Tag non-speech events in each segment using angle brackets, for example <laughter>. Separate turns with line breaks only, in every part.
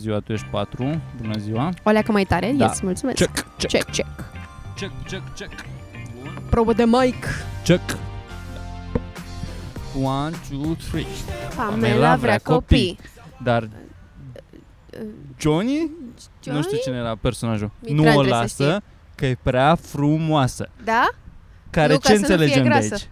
ziua, tu ești 4. Bună ziua.
O leacă mai tare?
Da.
Yes, mulțumesc.
Check, check,
check. check.
check, check, check. Bun.
Probă de mic.
Check. 1, 2, 3.
Pamela vrea copii.
Dar Johnny?
Johnny?
Nu știu cine era personajul.
Mitran
nu o
trebuie să
lasă, că e prea frumoasă.
Da?
Care
Nu,
ce
ca să nu fie
înțelegem de
grasă.
aici?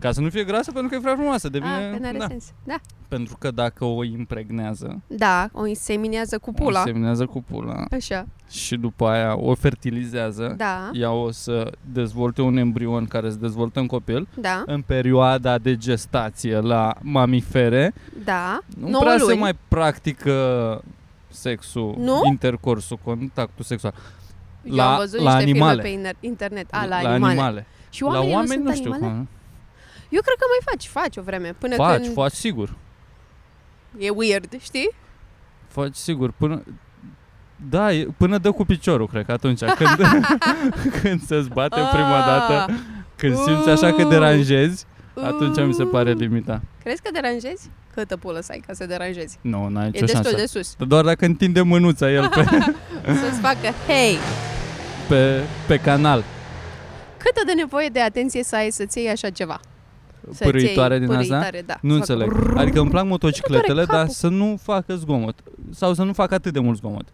Ca să nu fie grasă, pentru că e prea frumoasă.
Ah, că
Devine,
n-are
da.
sens. Da.
Pentru că dacă o impregnează,
Da, o inseminează cu
o
pula.
semnează cu pula
Așa,
și după aia o fertilizează,
da,
ea o să dezvolte un embrion care se dezvoltă în copil
da,
în perioada de gestație la mamifere.
da.
Nu
Nouă
prea se
luni.
mai practică sexul,
Nu?
intercorsul, contactul sexual.
Eu
La-
am văzut
la
niște
animale.
filme pe inter- internet. A, la,
la
animale.
animale.
Și oamenii
la oameni
nu
nu
sunt
știu.
animale?
ha.
Eu cred că mai faci, faci o vreme. Până
Faci,
când
faci sigur.
e weird, știi?
Faci sigur până... Da, e- până dă cu piciorul, cred că
<laughs>
atunci, când, când se-ți bate
Ah!
prima dată, când
Uh!
simți așa că
Uuu.
deranjezi, atunci mi se pare
liber.
limita.
uh. Crezi că deranjezi? Câtă pulă să ai ca să deranjezi?
Nu, n-ai
E
nicio
destul
șansă.
de sus.
Doar dacă întinde mânuța
<laughs>
el pe,
Să-ți facă, hei,
pe, pe canal,
câtă de nevoie de atenție să ai să-ți iei așa ceva? Să-ți iei
pârâitoare din asta.
pârâitoare, da.
Nu
Să facă
înțeleg. Adică îmi plac motocicletele, dar
capul.
să nu facă zgomot. Sau să nu facă atât de mult zgomot.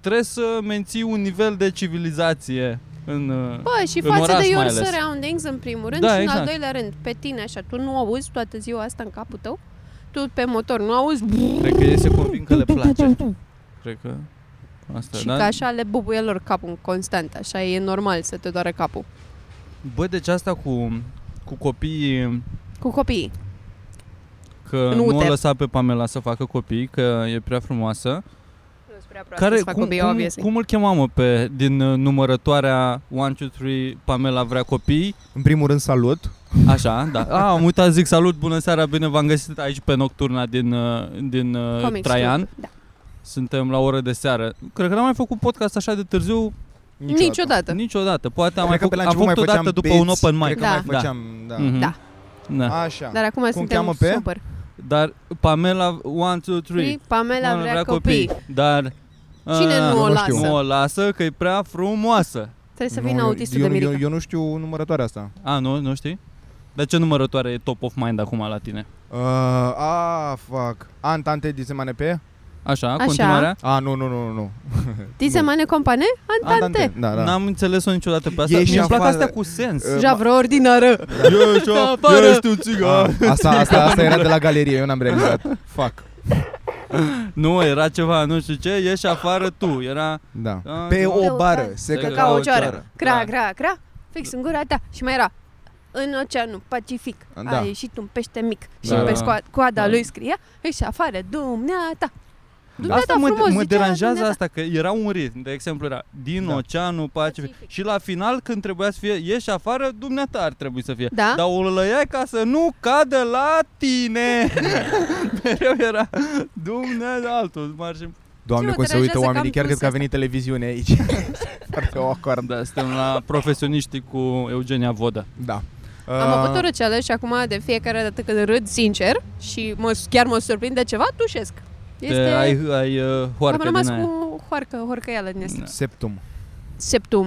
Trebuie să menții un nivel de civilizație în... uh,
Bă, și
În
față
oraș
de
mai
your
ales.
surroundings, în primul rând,
Da,
și în
exact.
al doilea rând, pe tine așa, tu nu auzi toată ziua asta în capul tău? Tu pe motor nu auzi
Cred că ei se convin că le place. Cred că asta
și
da?
că așa le bubuie lor capul în constant, așa e normal să te doară capul.
Bă, deci asta cu, cu copiii,
Cu copiii.
că
În
nu o
uter.
lăsa pe Pamela să facă copii, că e prea frumoasă.
Care,
cum,
copii,
cum,
obviously.
cum îl chema, mă, pe, din uh, numărătoarea 1, 2, 3, Pamela vrea copii?
În primul rând, salut.
Așa,
<laughs>
da. A, am uitat, zic salut, bună seara, bine v-am găsit aici pe Nocturna din, uh, din uh,
Comics
Traian.
Club, Da.
Suntem la o oră de seară. Cred că n-am mai făcut podcast așa de târziu
Niciodată.
niciodată. Poate am
Cred
mai
că pe la
făcut, am
început mai
făcut o
făceam
dată după
beats,
un open mic.
Cred că
Da.
mai făceam, da.
Mhm.
Da.
da.
Așa.
Dar acum suntem
cheamă pe?
super.
Dar Pamela 1, 2, 3
Pamela vrea, copii.
Dar
Cine
a,
nu o
nu
lasă?
știu.
Ah, nu o lasă că e prea frumoasă
Trebuie să
Nu,
vină
eu-
autistul
eu,
de
nu-
Mirica.
Eu, eu nu știu numărătoarea asta.
A, nu, nu știi? Dar ce numărătoare e top of mind acum la tine?
Uh, a, fuck. Ant, ante, disemane pe?
Așa,
Așa.
continuarea?
A, nu, nu, nu, nu, nu.
Dice
Nu.
mane compane?
Ant,
Antante.
Da, da.
N-am înțeles-o niciodată pe asta.
Ieși
Mi-e plac
afară.
astea cu sens.
Uh,
Ja vreo ordinară.
Ești,
a- afară. ești Da.
un
Da. A, asta,
<laughs>
asta, asta era de la galerie, eu n-am realizat. Fuck.
Nu, era ceva, nu știu ce, ieși afară tu. Era...
Da.
A,
Pe
nu.
o bară,
Pe
se
Pe
căca
Ca
o
o
cioară.
cioară. Cra,
Da.
cra, cra. Fix în gura ta. Și mai era. În oceanul Pacific
Da.
a ieșit un pește mic și
Da.
pe scoa- coada
Da.
lui scria și afară dumneata. Dumneata
Asta mă,
frumos,
mă
zicea
deranjează
dumneata.
asta, că era un ritm. De exemplu, era din
Da.
oceanul Pacific.
Pacific.
Și la final, când trebuia să fie ieși afară, dumneata ar trebui să fie.
Da?
Dar o lăiai ca să nu cadă la
<laughs>
tine. Mereu era dumneata altul. Marșim.
Doamne,
Ce mă
cum se uită
deranjează
oamenii,
că am
chiar cred că a
pus
venit televiziune aici. <laughs> Foarte awkward.
Da, suntem la profesioniștii cu Eugenia Vodă.
Da.
Am
Uh,
avut o răceală și acum de fiecare dată când râd sincer și mă, chiar mă surprinde ceva, tușesc. Este...
Te, ai, ai uh,
am
hoarcă
rămas
din aia.
cu hoarcă, hoarcăială din asta.
Da.
Septum.
Septum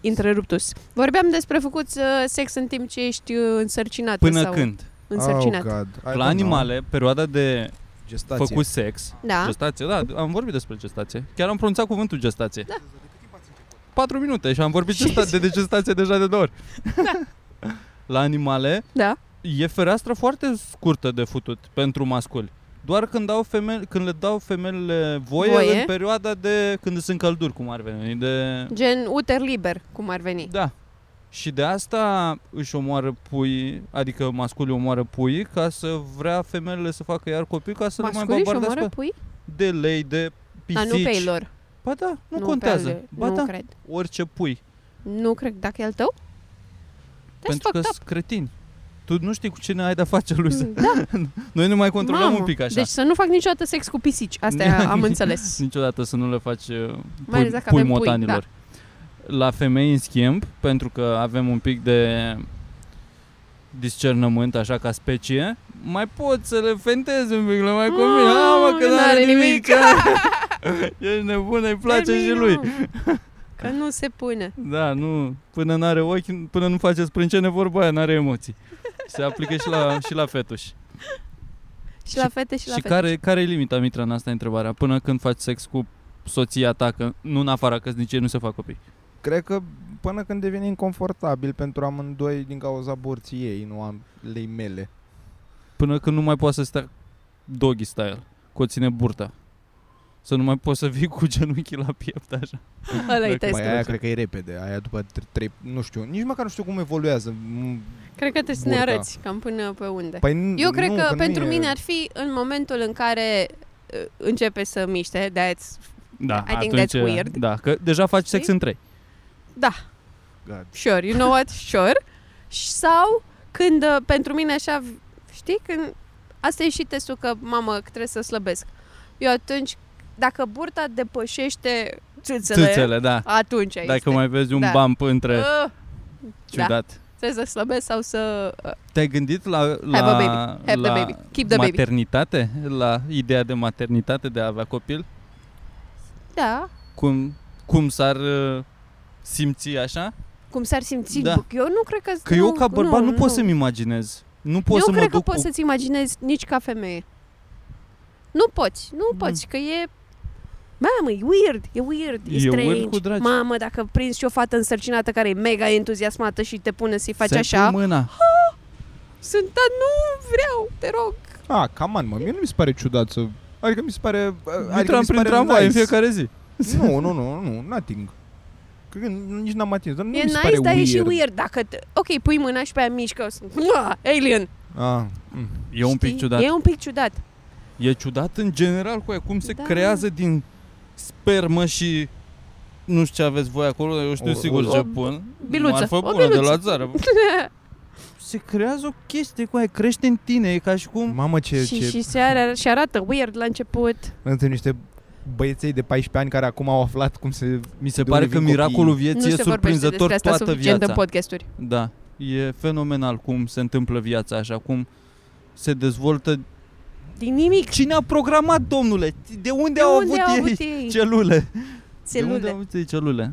interruptus. Vorbeam despre făcut uh, sex în timp ce ești uh, însărcinată
Până
sau
când?
însărcinat.
Oh, God. I don't
La
know.
animale, perioada de
Gestație.
făcut sex,
da.
gestație, da, am vorbit despre gestație. Chiar am pronunțat cuvântul gestație. Da. 4 minute și am
<laughs>
vorbit gesta- de, de gestație deja de două ori. <laughs> La animale
Da.
e fereastră foarte scurtă de futut pentru masculi. Doar când, dau femei, când le dau femelele voie,
Voie.
în perioada de când sunt călduri, cum ar veni. De...
Gen uter liber, cum ar veni.
Da. Și de asta își omoară pui, adică masculii omoară pui ca să vrea femelele să facă iar copii ca să nu mai
Masculii și
bombardească
omoară pui?
de lei, de pisici.
Dar nu pe ei lor.
Ba da, nu,
pe
contează.
ale-
ba
nu
da,
cred.
orice pui.
Nu cred. Dacă e al tău? That's
pentru că
fucked up.
sunt cretini. Tu nu știi cu cine ai de-a face, Luisa. <laughs>
Da,
Noi nu mai controlăm
mamă.
un pic așa.
Deci să nu fac niciodată sex cu pisici.
<laughs>
Asta am înțeles.
Niciodată să nu le faci uh, pui,
Mai ales dacă
pui
avem pui, Da.
motanilor. La femei, în schimb, pentru că avem un pic de discernământ, așa, ca specie, mai pot să le fentezi un pic, le mai convine. Ah, mă, că
Mm,
n-are
n-are
nimic.
nimic.
<laughs> Ești nebun, îi place și
Termină,
lui.
mă. Că nu se pune.
Da, nu, până n-are ochi, până nu face sprâncene, vorba aia, n-are emoții. Se aplică și la, și la fetuși.
Și la fete și la
Și
fete.
care, care e limita, Mitra, în asta e întrebarea? Până când faci sex cu soția ta, că nu în afara căsniciei nu se fac copii.
Cred că până când devine inconfortabil pentru amândoi din cauza borții ei, nu am lei mele.
Până când nu mai poate să stea doggy style, că o ține burta. Să nu mai poți să vii cu genunchii la piept așa.
Ăla e
Dacă-
Mai
testul.
Păi aia cred că e repede, aia după tre- trei, nu știu, nici măcar nu știu cum evoluează. Mm,
Cred că trebuie să ne
burta.
arăți cam până pe unde.
Păi n-
Da. Eu cred
nu,
că
nu
pentru
e-
mine ar fi în momentul în care uh, începe să miște, that's
Da,
I think
atunci,
that's weird.
Da, că deja faci sex
Știi?
în trei.
God.
sure, you know what, sure. Și Sau când uh, pentru mine așa, știi, când asta e și testul că, mamă, că trebuie să slăbesc. Eu atunci, dacă burta depășește țâțele,
Țâțele, da.
atunci Dacă
Dacă
este.
mai vezi un
Da.
bump între
Uh, da,
ciudat.
trebuie să slăbesc sau să... Uh,
Te-ai gândit la, la,
a baby. Have the
la
baby. Keep the baby.
maternitate? La ideea de maternitate, de a avea copil?
da,
Cum, cum s-ar uh, simți așa?
cum s-ar simți.
Da.
Da. Eu nu cred că...
Că eu ca bărbat nu, pot să-mi imaginez. Nu pot
eu
să mă
cred că
duc
poți
cu...
să-ți imaginezi nici ca femeie. Nu poți, nu
Mm.
poți, că e... Mamă, e weird, e weird, e,
E weird
strange.
cu dragi.
Mamă, dacă prinzi și o fată însărcinată care e mega entuziasmată și te pune să-i faci
Să-i
așa,
pui mâna.
sunt, dar nu vreau, te rog.
A, cam an, Ah, mă, mie nu mi se pare ciudat să... Adică mi se pare... Adică
Adică
mi se
prin
pare
tramvai
nice.
în fiecare zi.
Nu, nu, nu, nu, nothing. Cred că nici n-am atins, dar
e
nu mi se
nice,
pare
dar e
weird.
și weird. Dacă te... Ok, pui mâna și pe aia mișcă, sunt... "Mua, Alien!
Ah, mm.
E un pic
Știi?
ciudat.
E un pic
<laughs>
ciudat.
E ciudat în general cu aia, cum se
Da.
creează din spermă și nu știu ce aveți voi acolo, dar eu știu
O-
sigur
o-
ce
o
pun.
biluță,
Marfă
o
bună de la
biluță.
țară. <laughs> se creează o chestie cu aia, crește în tine, e ca și cum...
Mamă, ce,
și,
ce
și se are, și arată weird la început.
Între niște băieței de 14 ani care acum au aflat cum se...
Mi se
De
pare
unde
că
vin copiii.
miracolul
nu
vieții e
se vorbește despre
surprinzător
asta
toată
suficient
viața.
în podcasturi.
Da, e fenomenal cum se întâmplă viața așa, cum se dezvoltă
Din nimic.
Cine a programat, domnule? De unde,
De
au,
unde
avut
au
ei
avut ei?
celule? De unde
Celule.
au avut ei celule?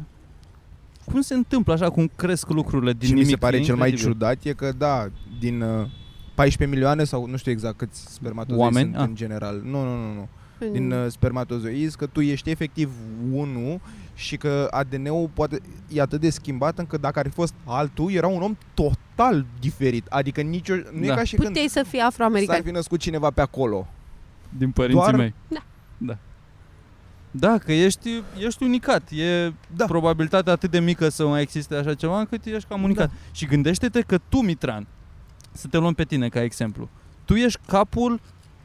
Cum se întâmplă așa, cum cresc lucrurile din
și
nimic?
mi se pare
E
cel mai
incredibil.
ciudat e că, da, din uh, 14 milioane sau nu știu exact câți spermatozoi
Oameni?
sunt
Ah.
în general. Nu, nu, nu, nu.
Mm.
Din uh, spermatozoizi, că tu ești efectiv unul și că ADN-ul poate e atât de schimbat încât dacă ar fi fost altul, era un om total diferit. Adică nicio,
Da.
nu e ca și când
Puteai să fii
s-ar
afroamerican.
fi născut cineva pe acolo.
Din părinții
Doar-
mei.
Da.
Da. Da, că ești, ești unicat. E da.
Da.
probabilitatea atât de mică să mai existe așa ceva, încât ești cam unicat. Da. Și gândește-te că tu, Mitran, să te luăm pe tine ca exemplu, tu ești capul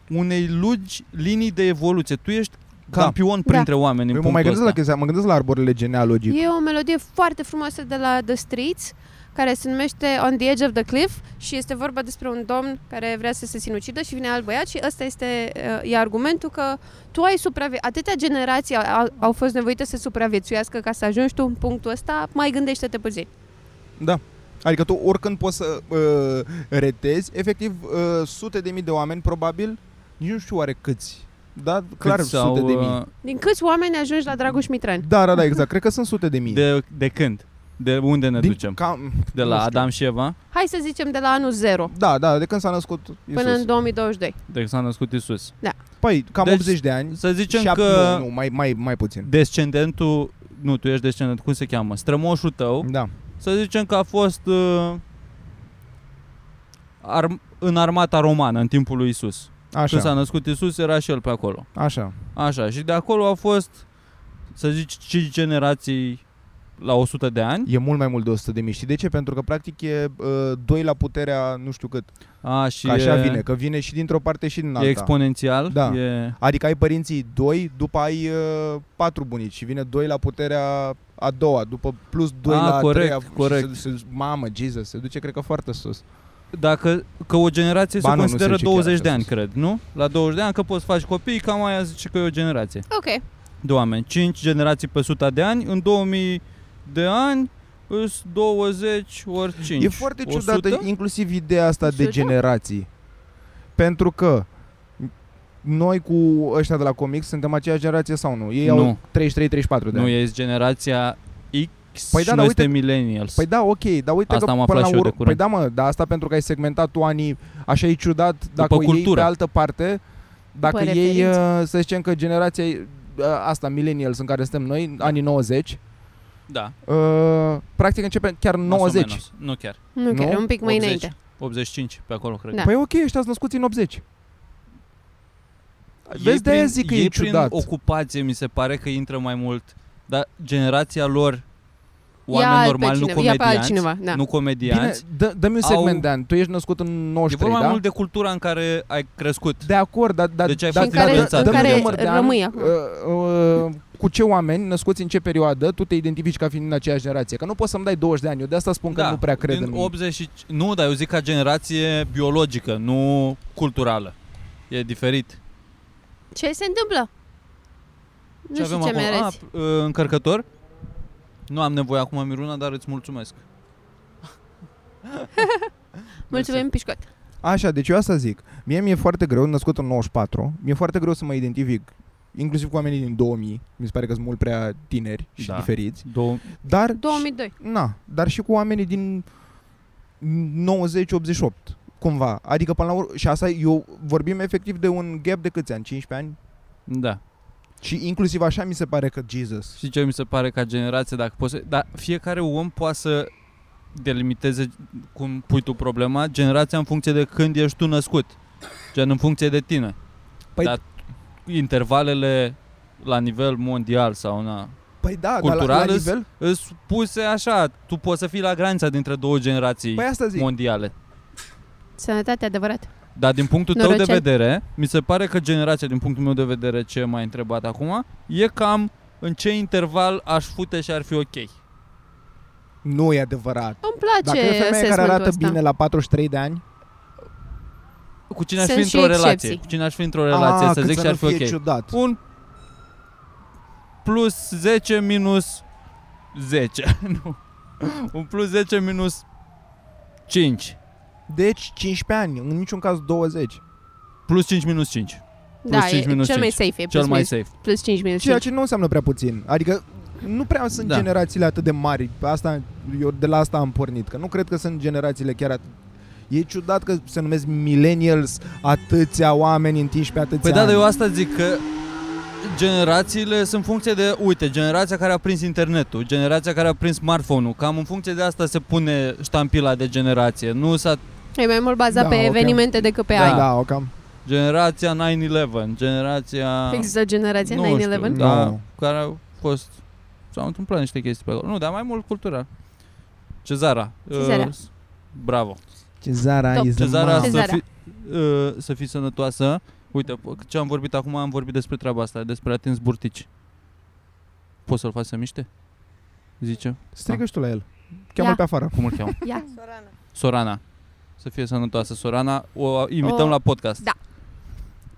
unei lungi linii de evoluție. Tu ești
Da.
campion
Da.
printre oameni în
Eu mă
punctul
mai gândesc la
ăsta.
chestia, mă gândesc la arborele genealogic.
E o melodie foarte frumoasă de la The Streets, care se numește On the Edge of the Cliff și este vorba despre un domn care vrea să se sinucidă și vine alt băiat și ăsta este uh, e argumentul că tu ai supraviețuit, atâtea generații au, au fost nevoite să supraviețuiască ca să ajungi tu în punctul ăsta, mai gândește-te puțin.
Da. Adică tu oricând poți să uh, retezi, efectiv, uh, sute de mii de oameni, probabil, nici nu știu oare câți, da, clar
Cât
sute
sau,
de mii.
uh,
Din câți oameni ajungi la Dragoș Mitran?
Da, da, da, exact, cred că sunt sute de mii.
De, de când? De unde ne
Din-
ducem?
Cam,
De
nu
la
știu.
Adam și Eva?
Hai să zicem de la anul 0
Da, da, de când s-a născut Isus.
până în 2022.
De când s-a născut Isus.
Păi, cam
Deci,
deci, 80 de ani.
Să zicem
șap-
că
Nu, nu mai, mai, mai puțin.
descendentul, nu, tu ești descendent, cum se cheamă? Strămoșul tău,
Da.
să zicem că a fost uh, ar, în armata romană în timpul lui Isus. Când s-a
Așa,
născut Isus, era și el pe acolo.
așa.
Așa, și de acolo au fost, să zici, 5 generații la 100 de ani.
E mult mai mult de 100 de mii. Știi de ce? Pentru că, practic, e uh, 2 la puterea nu știu cât.
A, și
Că așa
e,
vine, că vine și dintr-o parte și din
e
alta.
exponențial.
Da.
E,
Adică ai părinții doi, după ai uh, patru bunici și vine doi la puterea a doua, după plus doi
Ah,
la
corect,
a treia. și
corect.
Se, se, mamă, Jesus, se duce cred că foarte sus.
Dacă că o generație
Ba
se
nu, nu se
consideră
duce chiar
20
așa
de ani,
sus.
cred, nu? La 20 de ani că poți face copii, cam aia zice că e o generație
Ok,
de oameni. 5 generații pe 100 de ani, în 2000 de ani îs 20 ori 5.
E foarte ciudată
100?
inclusiv ideea asta de
100?
generații. Pentru că noi cu ăștia de la comics suntem aceeași generație sau nu? Ei au
Nu.
33-34 de
Nu,
ani.
ești generația X păi
Păi da,
da, și
dar
noi suntem
uite-
millennials.
Păi da, ok, dar uite
Asta
că
am
până
aflat
la
și eu de
urmă... Păi
curând.
da, mă, dar asta pentru că ai segmentat tu anii, așa e ciudat dacă
După
o iei pe
cultură.
altă parte, dacă
După
ei,
referințe.
să zicem că generația uh, asta, millennials în care suntem noi, anii 90,
da,
uh, practic începe chiar
más o
90.
menos. Nu chiar.
Nu,
Nu?
chiar, un pic mai
80,
înainte.
85 pe acolo, cred.
Da.
Păi ok, ăștia sunt născuți în 80. Vezi, de-aia zic că
ei
e ciudat.
prin ocupație mi se pare că intră mai mult, dar generația lor,
ia
oameni
pe
normali, nu
cineva, ia pe
comedianți,
altcineva, da.
nu
Bine,
comedianți,
dă, dă-mi un
au-
segment de ani. Tu ești născut în
e vorba
93,
mai
da?
mult de cultura în care ai crescut.
De acord, dar da,
Deci ai
da,
fost
Și în care-
da,
în care
rămâi
an,
acum.
uh, uh, cu ce oameni, născuți în ce perioadă, tu te identifici ca fiind în aceeași generație? Că nu poți să-mi dai 20 de ani, eu de asta spun că
da,
nu prea cred
din
în...
80 și- Nu, dar eu zic ca generație biologică, nu culturală. E diferit.
Ce se întâmplă? Nu știu ce mi
Ah,
arăți.
p- uh, încărcător? Nu am nevoie acum, Miruna, dar îți mulțumesc.
Mulțumim, pișcot.
Așa, deci eu asta zic. Mie mi-e foarte greu, născut în 94, mi-e foarte greu să mă identific inclusiv cu oamenii din 2000, mi se pare că sunt mult prea tineri și
Da.
diferiți,
Două...
dar
2002.
Na, dar și cu oamenii din 90-88, cumva. Adică până la urmă, și asta eu vorbim efectiv de un gap de câți ani? 15 ani?
Da.
Și inclusiv așa mi se pare că Jesus.
Știi ce mi se pare ca generație, dacă poți să... Dar fiecare om poate să delimiteze cum pui tu problema, generația în funcție de când ești tu născut. Gen în funcție de tine.
Păi-
Dar intervalele la nivel mondial sau na,
Păi da, dar
Cultural
la, la
îs-
nivel...
îs puse așa, tu poți să fii la granița dintre două generații
Păi asta zic.
mondiale.
Sănătate adevărat.
Dar din punctul tău de
Norocel.
vedere, mi se pare că generația, din punctul meu de vedere, ce m-ai întrebat acum, e cam în ce interval aș fute și ar fi ok.
nu e adevărat.
Îmi place da.
Dacă e femeie care
assessmentul
arată
ăsta.
bine la 43 de ani,
Cu cine aș
Sunt
fi
și
într-o relație?
excepții.
Cu cine aș fi într-o relație,
a,
să
Ah, cât
zic și
nu
ar fi
fie
ok.
ciudat.
Un plus 10 minus 10, <laughs> nu. Un plus 10 minus 5.
Deci 15 ani, în niciun caz 20.
Plus 5 minus 5.
Da,
Plus
e
5 minus
cel mai
5.
safe
Cel
e plus,
mai
minus,
safe.
plus 5 minus 5.
Ceea ce nu înseamnă prea puțin. Adică nu prea sunt
Da.
generațiile atât de mari. Asta, eu de la asta am pornit, că nu cred că sunt generațiile chiar atât. E ciudat că se numesc millennials atâția oameni întinși pe atâția
Păi da,
ani.
dar eu asta zic că generațiile sunt în funcție de, uite, generația care a prins internetul, generația care a prins smartphone-ul, cam în funcție de asta se pune ștampila de generație, nu s-a
E mai mult bazat
Da,
pe
ok.
evenimente decât pe
Da.
ani.
Da, o cam.
generația 9-11, generația...
Există generația
nu știu,
9-11?
da,
Nu.
care au fost, s-au întâmplat niște chestii pe acolo, nu, dar mai mult cultural. Cezara.
Cezara.
Uh, bravo.
Cezara
Top.
is the
Cezara,
mom.
Cezara.
Să, fi, uh, să fii sănătoasă. Uite, p- ce am vorbit acum, am vorbit despre treaba asta, despre atins burtici. Poți să-l faci să miște? Zice.
Strigă și tu la el. Cheamă-l
Ia.
pe afară.
Cum îl cheamă?
<laughs> Ia.
Sorana. Să fie sănătoasă Sorana. O invităm
O-
la podcast.
Da.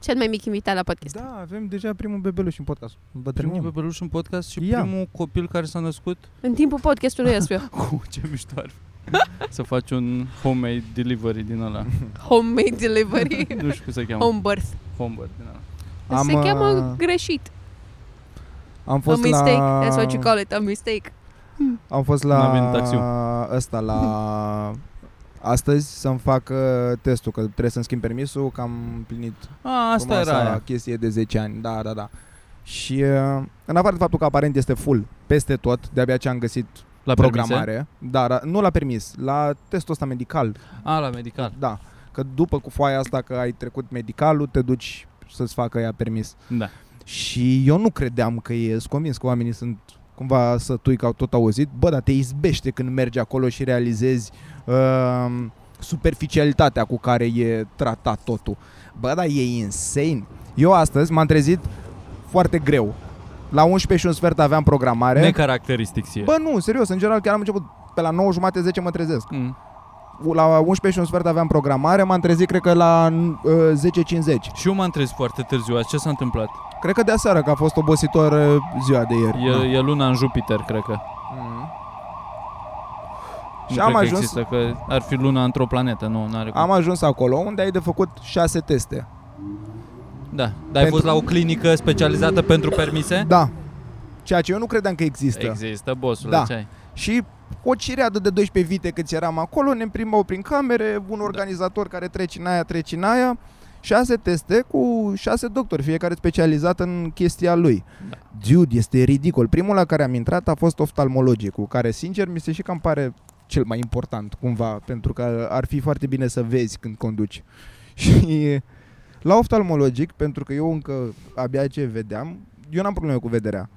Cel mai mic invitat la podcast.
Da, avem deja primul bebeluș în podcast.
Primul
Bătrânim.
bebeluș în podcast și
Ia.
primul copil care s-a născut.
În timpul podcastului ăsta,
<laughs> Cu ce mișto ar fi. <laughs> Să faci un homemade delivery din ăla.
<laughs> homemade delivery,
<laughs> nu știu cum se cheamă.
home birth.
Homebird din ăla.
Se
uh,
cheamă greșit.
am
A
fost
mistake,
la...
that's what you call it, a mistake.
Am fost
N-am
la
venit taxiul.
ăsta la astăzi să-mi fac uh, testul, că trebuie să-mi schimb permisul, că am împlinit
A, asta
frumoasa
era aia.
chestie de 10 ani, da, da, da. Și uh, în afară de faptul că aparent este full peste tot, de-abia ce am găsit
La
programare, da, da, nu la permis, la testul ăsta medical,
permise? A, la medical.
da, că după cu foaia asta că ai trecut medicalul, te duci să-ți facă ea permis.
Da.
Și eu nu credeam că e, sunt convins că oamenii sunt cumva sătui că au tot auzit, bă, dar te izbește când mergi acolo și realizezi uh, superficialitatea cu care e tratat totul. Bă, dar e insane. Eu astăzi m-am trezit foarte greu. La 11 și un sfert aveam programare.
Necaracteristic ție.
Bă, nu, serios, în general chiar am început pe la 9 jumate, 10 mă trezesc.
Mm.
La 11 și un sfert aveam programare, m-am trezit cred că la uh, 10.50.
Și eu m-am trezit foarte târziu. Azi ce s-a întâmplat?
Cred că de aseară că a fost obositor uh, ziua de ieri. Mm.
E, e luna în Jupiter, cred că.
Mhm.
nu
Și
cred
am
că
ajuns-
există, că ar fi luna într-o planetă, nu, n-are cum.
Am ajuns acolo unde ai de făcut șase teste.
Da, dar ai fost la o clinică specializată pentru permise?
Da. Ceea ce eu nu credeam că există.
Există, bossul,
Da.
ce ai?
Și o cireadă de 12 vite câți eram acolo, ne împrimbau prin camere, un organizator care trece în aia, trece în aia, șase teste cu șase doctori, fiecare specializat în chestia lui.
Da.
Dude, este ridicol. Primul la care am intrat a fost oftalmologicul, care sincer mi se și cam pare cel mai important cumva, pentru că ar fi foarte bine să vezi când conduci. <laughs> Și la oftalmologic, pentru că eu încă abia ce vedeam, eu n-am probleme cu vederea.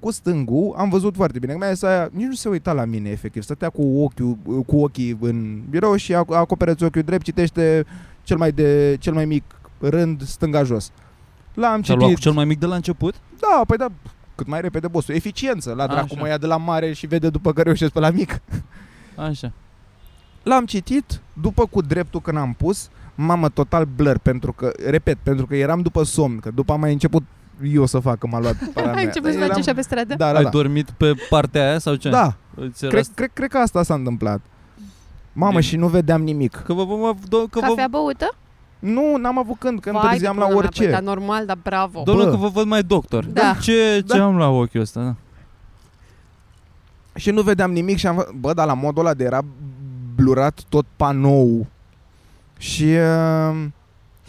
Cu stângul am văzut foarte bine. Mea aia, nici nu se uita la mine efectiv. Stătea cu ochiul cu ochii în birou și ac- acoperă-ți ochiul drept, citește cel mai de cel mai mic rând stânga jos. L-am
Și-a luat
citit.
cu cel mai mic de la început?
Da, păi da, cât mai repede bossul. Eficiență, la dracu
Așa.
mă ia de la mare și vede după că reușesc pe la mic.
Așa.
L-am citit, după cu dreptul când am pus, mamă, total blur, pentru că, repet, pentru că eram după somn, că după am mai început eu să fac, că m-a
<laughs>
luat para
Ai
mea.
început să
Eram-
faci așa pe stradă?
Da, da,
ai
da.
dormit pe partea aia sau ce?
Da,
Îți era
cred, cred, cred că asta s-a întâmplat. Mamă,
Bine.
și nu vedeam nimic.
Că vă vom... do- Că
Cafea
vă,
băută?
Nu, n-am avut când, că
Vai,
întârziam
de
la
pula mea, Păi,
orice.
dar normal, dar bravo.
Do-
domnule,
Bă.
că vă văd mai doctor.
Da.
Ce, ce
Da.
am la ochiul ăsta? Da.
Și nu vedeam nimic și am fă- Bă, dar la modul ăla de era blurat tot panou. Și uh,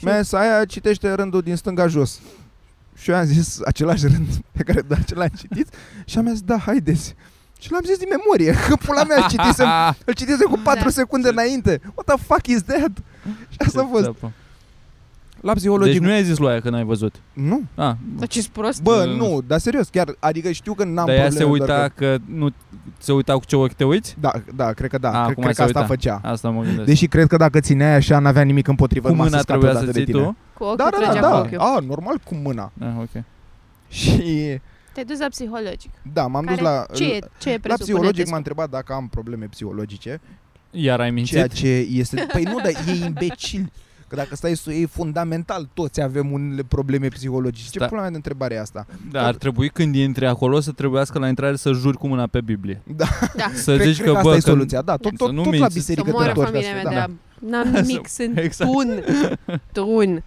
mesa aia citește rândul din stânga jos. Și eu am zis același rând pe care <laughs> doar ce l-am citit și am zis, da, haideți. Și l-am zis din memorie, <laughs> că pula mea îl citisem,
<laughs> Ah!
îl citisem cu 4
Da.
secunde înainte. What the fuck is that? Și asta a fost. La psihologic...
Deci nu i-ai zis lui aia că n-ai văzut.
nu.
Ah,
Dar ce Deci prost?
Bă,
Uh,
nu, dar serios, chiar, adică știu că n-am
dar
probleme.
ea se
doar
uita
Că...
că... nu se uita cu ce ochi te uiți?
Da, da, cred că da,
A,
cred,
acum
cred
se
că asta
uita.
făcea.
Asta mă gândesc.
Deși cred că dacă țineai așa, n-avea nimic împotrivă,
cu
numai
mâna
să scape
trebuia
odată
să
de
ții
tine.
tu?
Cu ochiul
Da, da,
trăgea
da,
cu
da,
ochiul.
a, normal cu mâna. <laughs>
Ah, ok.
Și
Te-ai dus la psihologic.
da, m-am dus
Care-
la
Ce e, ce e
la psihologic
despre-
m-a întrebat dacă am probleme psihologice,
Iar ai mințit?
ceea ce este Păi nu, dar e imbecil. Că dacă stai să o iei fundamental, toți avem unele probleme psihologice. Ce
Da.
pula mea de întrebare e asta?
Da, ar trebui când intri acolo să trebuiască la intrare să juri cu mâna pe Biblie.
Da.
Da.
Să
cred,
zici
cred
că,
asta
bă,
e
că-
soluția. Da, tot,
să
tot,
nu
tot la
minți.
Să
biserică te
moară
întorci la
familia mea
asta.
de
Da.
la...
<laughs>
N-am nimic, sunt
Exact.
tun. Tun.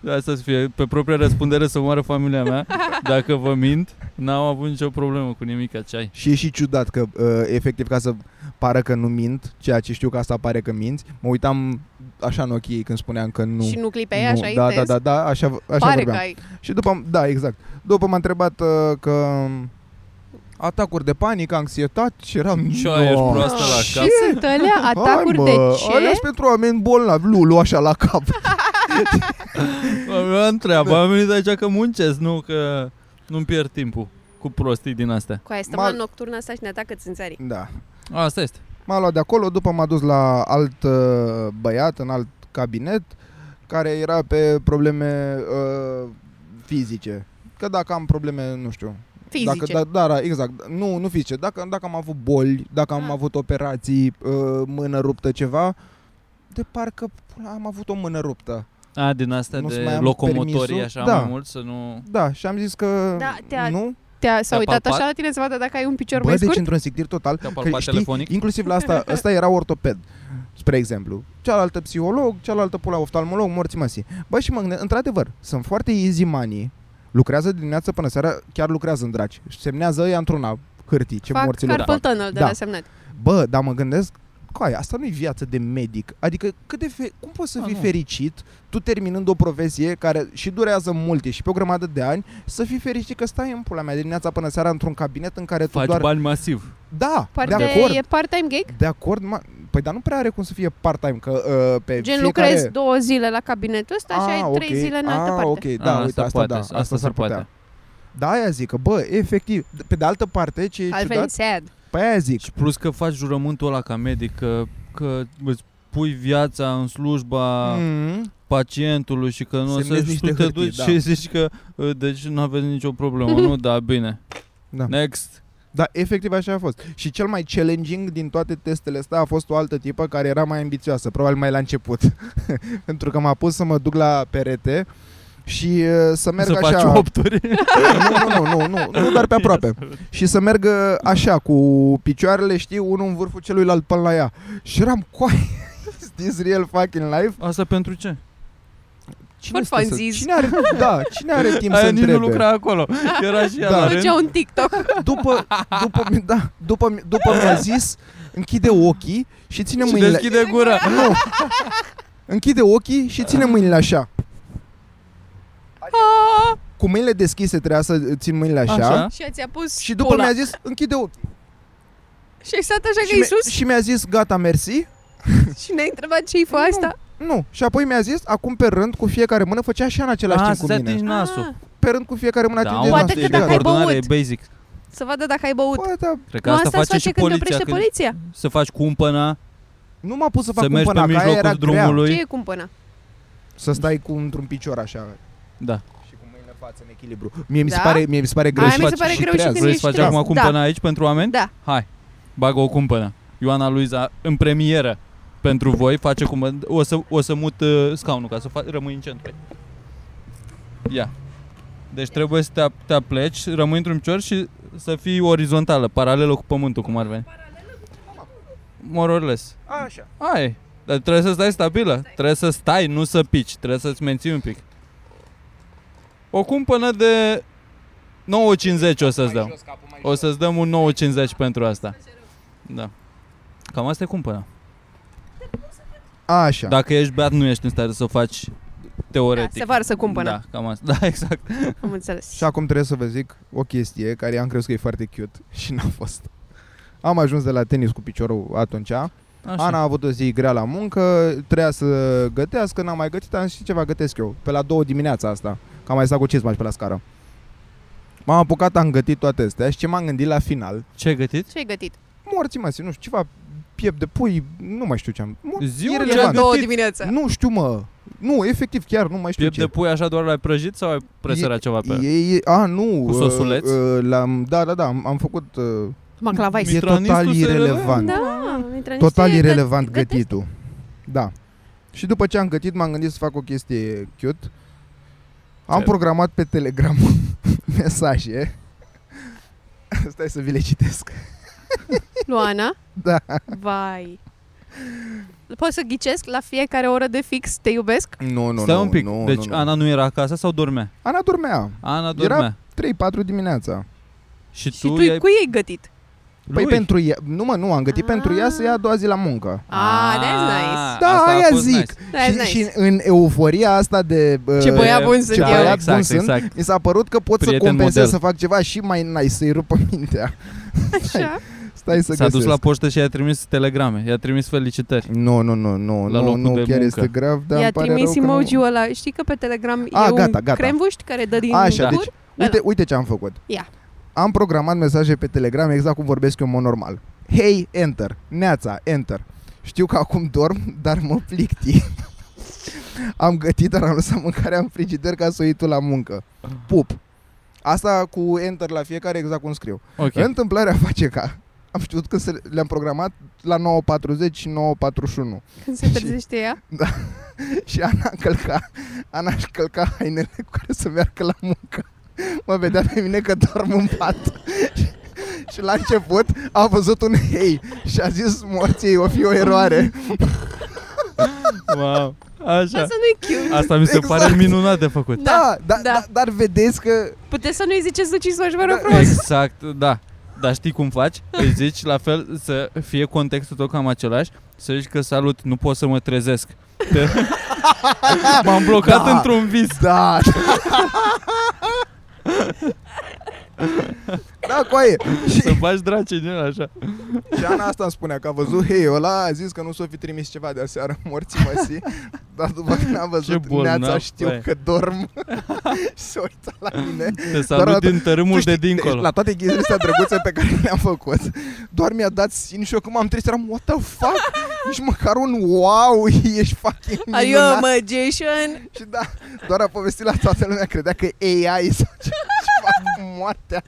da, Asta să fie pe propria răspundere să moară familia mea. Dacă vă mint, n-am avut nicio problemă cu nimic ce ai.
Și e și ciudat că, uh, efectiv, ca să pară că nu mint, ceea ce știu că asta pare că minți, mă uitam așa în ochii ei când spuneam că nu.
Și nu clipeai
nu.
așa
da,
intens.
da, da, da, așa, așa
Pare că
vorbeam.
ai...
Și după, da, exact. După m-a întrebat uh, că atacuri de panică, anxietate și eram...
Ce ai, ești
"No,
proastă la
ce?
cap?"
Ce sunt alea? Atacuri
Hai,
de
mă, Alea
ce?
pentru oameni bolnavi, lulu așa la
<laughs>
cap.
Mă întreabă,
Da.
am venit aici că muncesc, nu că nu-mi pierd timpul cu prostii din astea.
Cu aia stăm
Ma-
la nocturnă asta și ne atacă țânțarii.
da.
Asta este.
M-a luat de acolo, după m-a dus la alt uh, băiat, în alt cabinet, care era pe probleme uh, fizice. Că dacă am probleme, nu știu.
Fizice.
Dacă, da, da, da, exact. Nu, nu fizice. Dacă, dacă am avut boli, dacă am
Ah.
avut operații, uh, mână ruptă, ceva, de parcă pula, am avut o mână ruptă.
A, din astea
Nu să mai
de
am
locomotorii
permisul?
așa
Da.
mai mult să nu...
Da, și am zis că
Da, te-a-
nu.
Te-a, s-a
Te-a
uitat
palpat?
așa la tine să vadă dacă ai un picior
Bă,
mai
deci
scurt?
într-un sictir total,
Te-a
Că,
palpat
știi,
telefonic?
Inclusiv la asta, ăsta era ortoped, spre exemplu. Cealaltă psiholog, cealaltă pula oftalmolog, morți măsii. Bă, și mă gândesc, într-adevăr, sunt foarte easy money, lucrează dimineața până seara, chiar lucrează în draci. Și semnează ea într-una hârtii, ce
Fac
morților
carpal
fac.
tunnel de
Da.
la semnat.
Bă, dar mă gândesc, coai, asta nu e viață de medic. Adică cât de fe- cum poți să
Ah,
fii
nu.
fericit tu terminând o profesie care și durează multe și pe o grămadă de ani, să fii fericit că stai în pula mea de dimineața până seara într-un cabinet în care tu
Faci
doar...
bani masiv.
Da,
Poate
de acord.
e part-time gig?
De acord, ma... păi dar nu prea are cum să fie part-time, că uh, pe
Gen
fiecare...
lucrezi două zile la cabinetul ăsta și ai
Ah,
trei
ok.
zile în altă
ah,
parte.
ok, da,
Ah,
uite, asta,
poate,
da, asta, s-ar
se
putea. Da, aia zic că, bă, efectiv, d- pe de altă parte, ce e
Altfel e
ciudat,
sad.
pe aia zic,
Și plus că faci jurământul ăla ca medic, că, că îți pui viața în slujba
mm,
pacientului și că nu o să
Semnezi
și tu
niște
te
hârtii,
duci
da. Mm-hmm.
și zici că "Uh, deci nu aveți nicio problemă, nu? Da, bine.
Da.
Next.
da, efectiv așa a fost. Și cel mai challenging din toate testele astea a fost o altă tipă care <laughs> era mai ambițioasă, probabil mai la început, pentru că m-a pus să mă duc la perete și uh, să meargă
să
așa...
faci
<laughs>
opturi.
nu, nu, nu, nu,
<laughs>
nu, nu, doar pe aproape. Și să meargă așa, cu picioarele, știi, unul în vârful celuilalt până la ea. Și eram, coai, <laughs> is this real fucking life?
Asta pentru ce?
For
stă să,
funsies.
cine are, da, cine are timp să
Aia nici
întrebe?
nu lucra acolo. Era și ea
Da.
la rând.
Făcea un TikTok.
După, după, mi- da, după, mi- după mi-a zis, închide ochii și ține
Și
mâinile.
deschide gura.
Nu. Închide ochii și ține mâinile așa.
Ah!
Cu mâinile deschise trebuia să țin mâinile așa.
Așa.
Și ți-a pus
Și după
pola.
mi-a zis, închide ochii.
Și exact așa că
Și, mi- <laughs>
Iisus
și mi-a zis, gata, mersi.
și ne-a întrebat ce-i da? fă asta.
Nu. Și apoi mi-a zis, acum pe rând, cu fiecare mână, făcea și ea în același
A,
timp
să
cu
te
mine.
atingi nasul.
Ah,
Pe rând, cu fiecare mână
Da,
atinge
mă,
Poate
nasul.
e
că
de
dacă ai
coordonare,
băut.
e basic.
să vadă dacă ai băut.
Poate, da.
Cred că
Nu,
asta
asta îți
face
face
și
când te oprește
poliția. Când
poliția.
să faci cumpăna,
Nu m-a pus să fac
să mergi pe
cumpăna, că aia era
mijlocul
grea.
Ce e
drumului.
cumpăna?
Să stai cu într-un picior așa
Da.
și cu mâinile în față în echilibru. Mie mi se
Da?
pare, mie mi se pare greu
Aia
și
mi se
faci-
pare
și
greu și
creează.
când
Vrei să
ești
faci
treaz.
acum cumpăna aici pentru oameni?
Da.
Hai, bagă o cumpănă. Ioana Luiza, în premieră pentru voi, face cumpănă. O să, o să mut uh, scaunul ca să fa- rămâi în centru. Ia. Deci trebuie să te, ap- te apleci, rămâi într-un picior și să fii orizontală, paralelă cu pământul, cum ar veni. More or less.
Așa.
Aia e. Dar trebuie să stai stabilă. Trebuie să stai, nu să pici. Trebuie să-ți menții un pic. O cumpănă de 9,50 o să-ți dau. O să-ți dăm un 9,50 pentru asta. Da. Cam asta e cumpăna.
Așa.
Dacă ești beat, nu ești în stare să o faci teoretic.
Da, se varsă cumpăna.
Da, cam asta. <laughs> Da, exact.
Am înțeles.
Și acum trebuie să vă zic o chestie care am crezut că e foarte cute și n-a fost. Am ajuns de la tenis cu piciorul atunci. Așa.
Așa.
Ana a avut o zi grea la muncă, trebuia să gătească, n-am mai gătit, am și ceva gătesc eu. Pe la două dimineața asta, că am mai stat cu cinci mași pe la scară. M-am apucat, am gătit toate astea și ce m-am gândit la final,
Ce ai gătit?
Ce-ai gătit?
morți mă, nu știu, ceva piept de pui, nu mai știu ce am. Mor-
Ziua
irelevant.
ce ai
La două
gătit?
dimineața.
Nu știu, mă. Nu, efectiv, chiar nu mai știu
Piept
ce.
de pui așa doar l-ai prăjit sau ai presărat ceva pe el?
E, e, a, nu.
Cu sosuleț?
Uh, uh, l-am, da, da, da, am, am făcut... Uh,
Maclavai.
e
Mitranistul
total
se
irelevant.
Da, intră niște
Total
gă-
irelevant
gătesc.
gătitul. Da. Și după ce am gătit, m-am gândit să fac o chestie cute. Am
Ce?
programat pe Telegram <laughs> mesaje. Stai să vi le citesc.
Luana?
Da.
Vai. Poți să ghicesc la fiecare oră de fix te iubesc?
Nu, nu,
Stai
nu.
un pic.
Nu,
deci
nu, nu.
Ana nu era acasă sau dormea?
Ana dormea.
Ana
Era-
dormea.
3-4 dimineața.
Și tu,
Și tu
i-ai...
cu ei gătit.
Păi
lui.
pentru ea, nu mă, nu, am gătit
Ah.
pentru ea să ia a doua zi la muncă.
Ah, that's nice.
Da,
asta a
aia
fost
zic.
nice.
Da,
și,
nice.
<laughs> și în euforia asta de... uh,
Ce băiat
E-
Păi, bun sunt
ce
eu.
băiat
Exact,
bun sunt.
exact. Mi s-a părut că pot să
Prieten
compensez
model.
să fac ceva și mai nice, să-i rupă mintea.
Așa.
Stai să
S-a dus
găsesc.
la poștă și i-a trimis telegrame, i-a trimis felicitări.
Nu, nu, nu, nu,
La
nu,
locul
nu
de
chiar
muncă.
este grav,
I-a
dar Da, îmi pare
trimis
rău că nu-
emoji-ul ăla. Știi că pe Telegram
A,
e
gata,
un
gata.
cremvuști care dă din
Așa,
gur?
deci, uite, uite ce am făcut.
Ia.
Am programat mesaje pe Telegram exact cum vorbesc eu în mod normal. Hey, enter. Neața, enter. Știu că acum dorm, <laughs> dar mă plicti. <laughs> am gătit, dar am lăsat mâncarea în frigider ca să o iei tu la muncă. Pup. Asta cu enter la fiecare exact cum scriu.
Ok.
Okay. Întâmplarea <laughs> face ca am știut că se- le-am programat la 9.40 și 9.41
Când se trezește ea?
Și Ana a călca, Ana își călca hainele cu care să meargă la muncă. Mă vedea pe mine că dorm în pat. Și- și la început a văzut un hei și a zis morții, o fi o eroare.
Wow.
Da.
Așa.
Asta nu e cute.
Asta mi se
Exact.
pare minunat de făcut.
Da, da, da.
da.
da dar vedeți că...
Puteți să nu-i ziceți să soși, vă rog frumos.
Exact, da. Dar știi cum faci? Îi zici la fel să fie contextul tău cam același, să zici că salut, nu pot să mă trezesc.
<laughs>
Te- M-am blocat
Da.
într-un vis.
Da, <laughs> da, coaie. Și,
Să faci draci în el așa.
și Ana asta îmi spunea că a văzut hei ăla, a zis că nu s-o fi trimis ceva de aseară morții măsi, <laughs> dar după când a văzut
bolnav,
neața știu
băi.
că dorm <laughs> și se uită la mine.
Te salut
atât.
din tărâmul
Tu știi,
de dincolo.
La toate chestiile astea drăguțe pe care le-am făcut, doar mi-a dat sin și eu când m-am trezit eram, what the fuck? Nici măcar un wow, <laughs> ești fucking
Are you a
minunat.
magician?
Și da, doar a povestit la toată lumea, credea că AI sau ce- ceva cu moartea.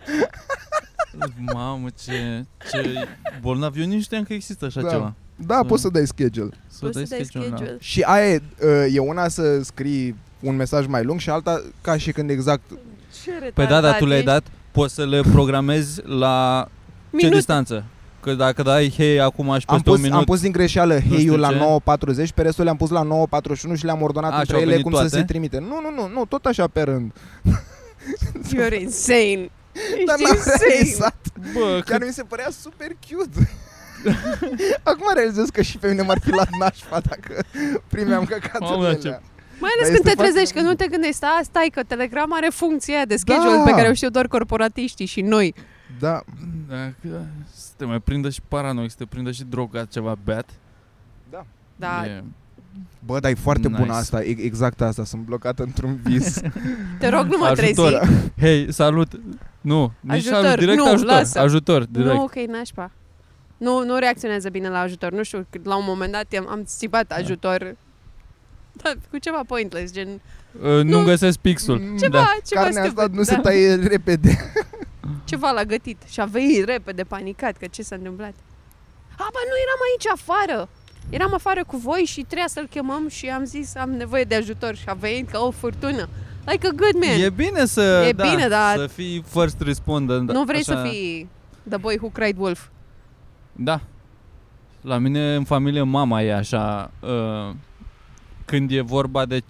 Mamă, ce, ce bolnav. Eu nici știam că există așa
Da.
ceva.
Da, poți să dai schedule.
Să
Poți să dai
schedule-ul la-
schedule.
Și aia e, uh, e una ă, să scrii un mesaj mai lung și alta ca și când exact
Ce
Păi da, dar tu le-ai dat, poți să le programezi la ce
Minut. distanță?
distanță? Că dacă dai, hei, acum și
am
peste
pus,
un minut...
am pus din greșeală
știu
heiul la
ce.
9.40, pe restul le-am pus la 9.41 și le-am ordonat
A,
între
și au
ele
venit
cum să
toate?
se trimite. Nu, nu, nu, nu, tot așa pe rând.
You're insane.
Dar
Ești
n-am
insane.
realizat.
Bă,
Care mi se părea super cute. <laughs> Acum realizez că și pe mine m-ar fi luat nașpa dacă primeam
Mamă,
căcaturile
ce-
alea.
Mai ales
Dar
când te
este foarte-
trezești, că nu te gândești, a, stai că Telegram are funcția aia de schedule
Da.
pe care o știu doar corporatiștii și noi.
Da,
Dacă să te mai prindă și paranoic, să te prindă și drogat ceva beat.
Da,
E,
bă, dar e foarte nice. bună
Nice.
asta, e- exact asta, sunt blocat într-un
<laughs>
vis.
te rog, nu mă trezi.
Ajutor. Hei, salut! Nu, nici
Ajutor,
salut, direct
nu,
ajutor.
lasă.
Ajutor, direct. Uh,
Nu, ok, nașpa. Nu, nu reacționează bine la ajutor. Nu știu, la un moment dat am, am țipat ajutor. Da, cu ceva pointless, gen...
Uh, nu
Nu.
găsesc pixul.
Mm,
Ceva,
Da.
ceva
Carnea
stupid,
asta nu
da.
se taie repede.
Ceva la gătit. Și a venit repede, panicat, că ce s-a întâmplat. A, bă, nu eram aici afară. Eram afară cu voi și trebuia să-l chemăm și am zis am nevoie de ajutor și a venit ca o furtună. Like a good man.
E bine să,
E
da,
bine, dar-
să fii first respondent.
nu vrei
da, așa.
să fii the boy who cried wolf.
Da. La mine în familie mama e așa uh, când e vorba de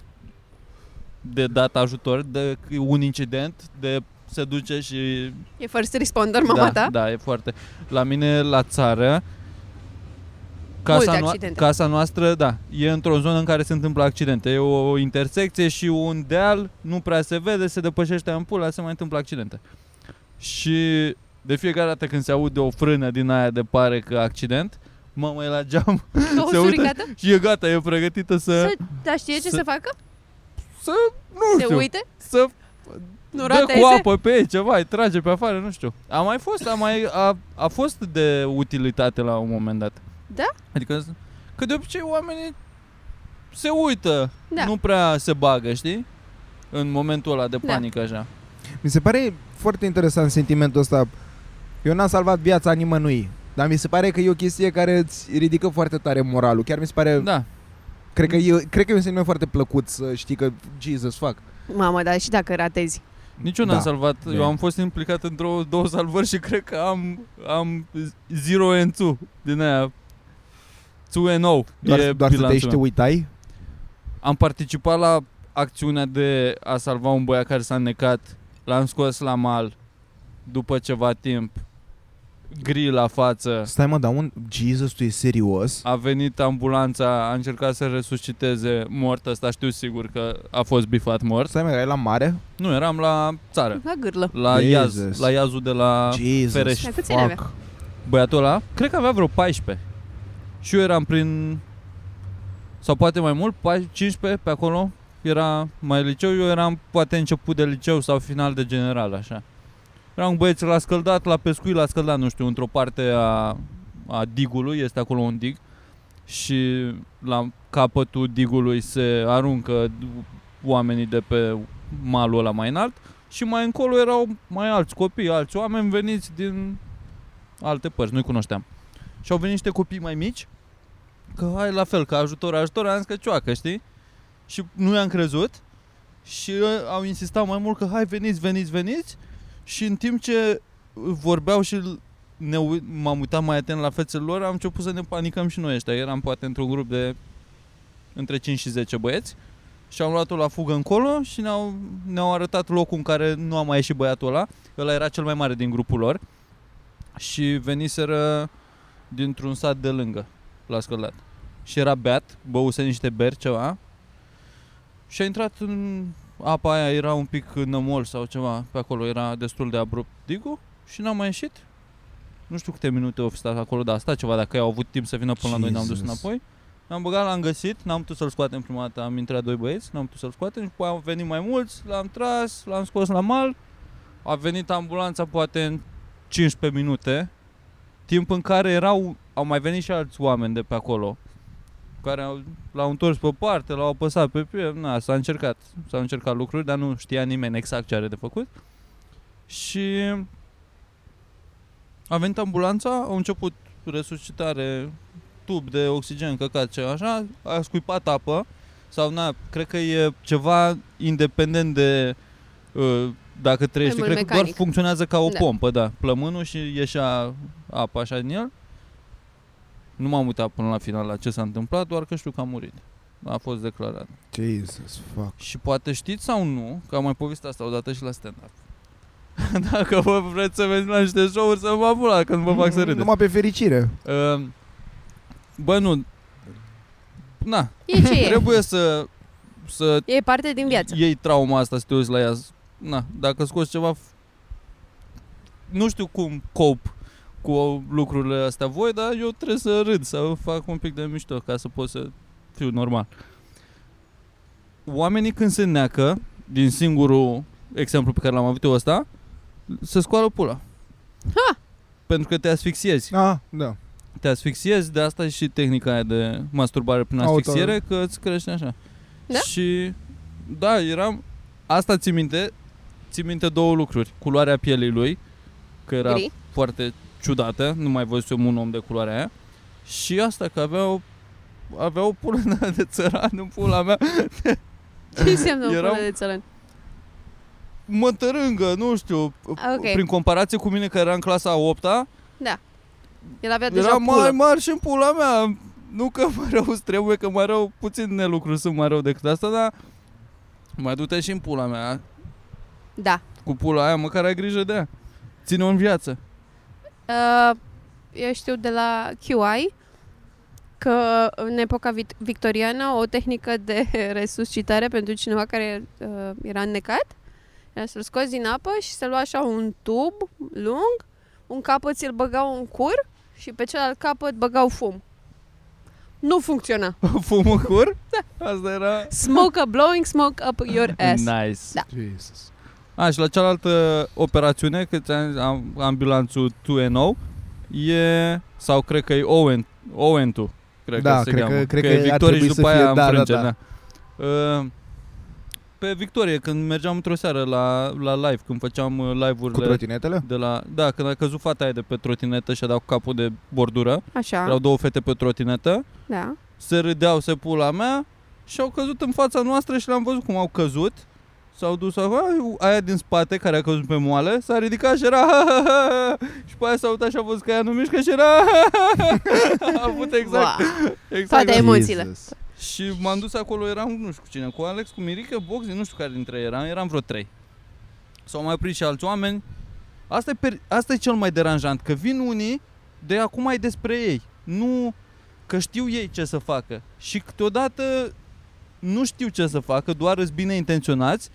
de dat ajutor, de un incident, de se duce și
E first responder, mama
da,
ta?
Da, e foarte. La mine la țară
Multe
casa,
accidente.
casa noastră, da, e într-o zonă în care se întâmplă accidente. E o intersecție și un deal, nu prea se vede, se depășește în pula, se mai întâmplă accidente. Și de fiecare dată când se aude o frână din aia de pare că accident, mama e la geam <laughs>
Da. O
Se uită-
suricată?
și e gata, e pregătită să...
Să, dar știe ce
să-
să, facă?
să nu
Se
știu,
uite?
să Dă cu
Nu rateze?
apă pe ei ceva, îi trage pe afară, nu știu. A mai fost, a mai a, a fost de utilitate la un moment dat.
Da?
Adică că de obicei oamenii se uită,
Da.
nu prea se bagă, știi? În momentul ăla de
Da.
panică așa.
Mi se pare foarte interesant sentimentul ăsta. Eu n-am salvat viața nimănui, dar mi se pare că e o chestie care îți ridică foarte tare moralul. Chiar mi se pare, da.
Da.
cred, că e, cred că e un sentiment foarte plăcut să știi că, Jesus, fuck.
Mamă, dar și dacă ratezi?
Nici eu
Da.
n-am salvat.
Da.
Eu am fost implicat într-o două salvări și cred că am am zero and two din aia. 2 and oh. 0.
Doar, doar să te ieși, te uitai?
Am participat la acțiunea de a salva un băiat care s-a înnecat. L-am scos la mal după ceva timp. Gri la față.
Stai mă, dar un... Jesus, tu e serios?
Da. A venit ambulanța, a încercat să resusciteze mort ăsta, știu sigur că a fost bifat mort.
Stai mă, erai la mare?
Nu, eram la țară,
La gârlă.
la Iaz,
Jesus.
la Iazul de la
Jesus,
Da, Ferești.
Dar câți ani avea?
fuck.
băiatul ăla. Cred că avea vreo 14. Și eu eram prin, sau poate mai mult, 14, 15 pe acolo, era mai liceu, eu eram poate început de liceu sau final de general, așa. Era un băieț, l-a scăldat, l-a pescuit, l-a scăldat, nu știu, într-o parte a, a digului, este acolo un dig, și la capătul digului se aruncă oamenii de pe malul ăla mai înalt și mai încolo erau mai alți copii, alți oameni veniți din alte părți, nu-i cunoșteam. Și au venit niște copii mai mici, că hai la fel, că ajutor, ajutor, am zis că cioacă, știi? Și nu i-am crezut și ă, au insistat mai mult că hai veniți, veniți, veniți și în timp ce vorbeau și l- ne, ui- m-am uitat mai atent la fețele lor, am început să ne panicăm și noi ăștia. Eram poate într-un grup de între 5 și 10 băieți și am luat-o la fugă încolo și ne-au, ne-au arătat locul în care nu a mai ieșit băiatul ăla. Ăla era cel mai mare din grupul lor și veniseră dintr-un sat de lângă la scăldat. Și era beat, băuse niște beri, ceva. Și a intrat în apa aia, era un pic nămol sau ceva pe acolo, era destul de abrupt digul și n-a mai ieșit. Nu știu câte minute au stat acolo, dar a stat ceva, dacă au avut timp să vină până la noi, n-am dus
Jesus.
înapoi. L-am băgat, l-am găsit, n-am putut să-l scoatem prima dată, am intrat doi băieți, n-am putut să-l scoatem și după aia au venit mai mulți, l-am tras, l-am scos la mal, a venit ambulanța poate în 15 minute, timp în care erau, au mai venit și alți oameni de pe acolo, care au, l-au întors pe parte, l-au apăsat pe pie, na, s-a încercat, s-au încercat lucruri, dar nu știa nimeni exact ce are de făcut. Și a venit ambulanța, au început resuscitare, tub de oxigen, căcat, ce așa, a scuipat apă, Sau, na, cred că e ceva independent de uh, dacă trăiești,
mult
cred că doar
mecanic.
funcționează ca o
Da.
pompă, da. Plămânul și ieșea apa așa din el. Nu m-am uitat până la final la ce s-a întâmplat, doar că știu că a murit. A fost declarat.
Jesus, fuck.
Și poate știți sau nu că am mai povestit asta odată și la stand-up. <laughs> Dacă vă vreți să veniți la niște show-uri, să vă apula când vă fac să râdeți.
Mm, Numai pe fericire.
Uh, Bă, nu. Na,
E ce e.
trebuie să, să
E parte din viață.
iei trauma asta, să te uiți la ea. Na, dacă scoți ceva... f- Nu știu cum cop cu lucrurile astea voi, dar eu trebuie să râd, să fac un pic de mișto ca să pot să fiu normal. Oamenii când se neacă, din singurul exemplu pe care l-am avut eu ăsta, se scoală pula.
Ha!
Pentru că te asfixiezi
Ah, da.
te asfixiezi, de asta e și tehnica aia de masturbare prin
Auto-
asfixiere, că îți crește așa.
Da?
Și da, eram asta ți minte, ți minte două lucruri. Culoarea pielei lui, că era
Gri. <laughs>
foarte ciudată, nu mai văzusem un om de culoarea aia. Și asta că avea o avea o pulă de- de țăran în pula mea,
Ce înseamnă o
Erau-
pulă de țăran?
mă tărângă, nu știu,
Ok.
prin comparație cu mine care era în clasa a 8-a,
El avea
Era
deja
mai
pulă.
mari și în pula mea. Nu că mai rău îți trebuie, că mai rău puțin nelucru sunt mai rău decât asta, dar mai du-te și în pula mea.
Da.
Cu pula aia, măcar ai grijă de ea. Ține-o în viață. <laughs>
Uh, eu știu de la QI că în epoca vit- victoriană o tehnică de <laughs> resuscitare pentru cineva care uh, era înnecat era să-l scoți din apă și să lua așa un tub lung, un capăt ți-l băgau în cur și pe celălalt capăt băgau fum. Nu funcționa.
Fumă cur? Asta era...
Smoke up, blowing smoke up
<laughs>
your ass.
Nice.
Da.
Jesus.
A, și la cealaltă operațiune, că ți-am zis, am- ambulanțul 2NO, e... Sau cred că e Owen, Owen 2. Cred
Da,
că se
cred
cheamă.
că- cred
că
că
e
ar
Victorie și
trebui să
după aia
fie, da,
înfrânge,
da, da.
Uh, Pe Victorie, când mergeam într-o seară la, la live, când făceam uh,
Cu
live-urile
trotinetele?
de la... Da, când a căzut fata aia de pe trotinetă și a dat cu capul de bordură, erau
Așa,
două fete pe trotinetă,
da.
se râdeau, se pula mea și au căzut în fața noastră și le-am văzut cum au căzut. S-au dus acolo, aia din spate care a căzut pe moale, s-a ridicat și era și pe aia s-a uitat și a văzut că aia nu mișcă și era <laughs> a avut exact,
Wow.
exact
Toate emoțiile.
Jesus.
Și m-am dus acolo, eram nu știu cu cine, cu Alex, cu Mirica, Boxi, nu știu care dintre ei eram, eram vreo trei. S-au mai oprit și alți oameni. Asta e, per- asta e cel mai deranjant, că vin unii, de acum e despre ei. Nu că știu ei ce să facă. Și câteodată nu știu ce să facă, doar îs bine intenționați,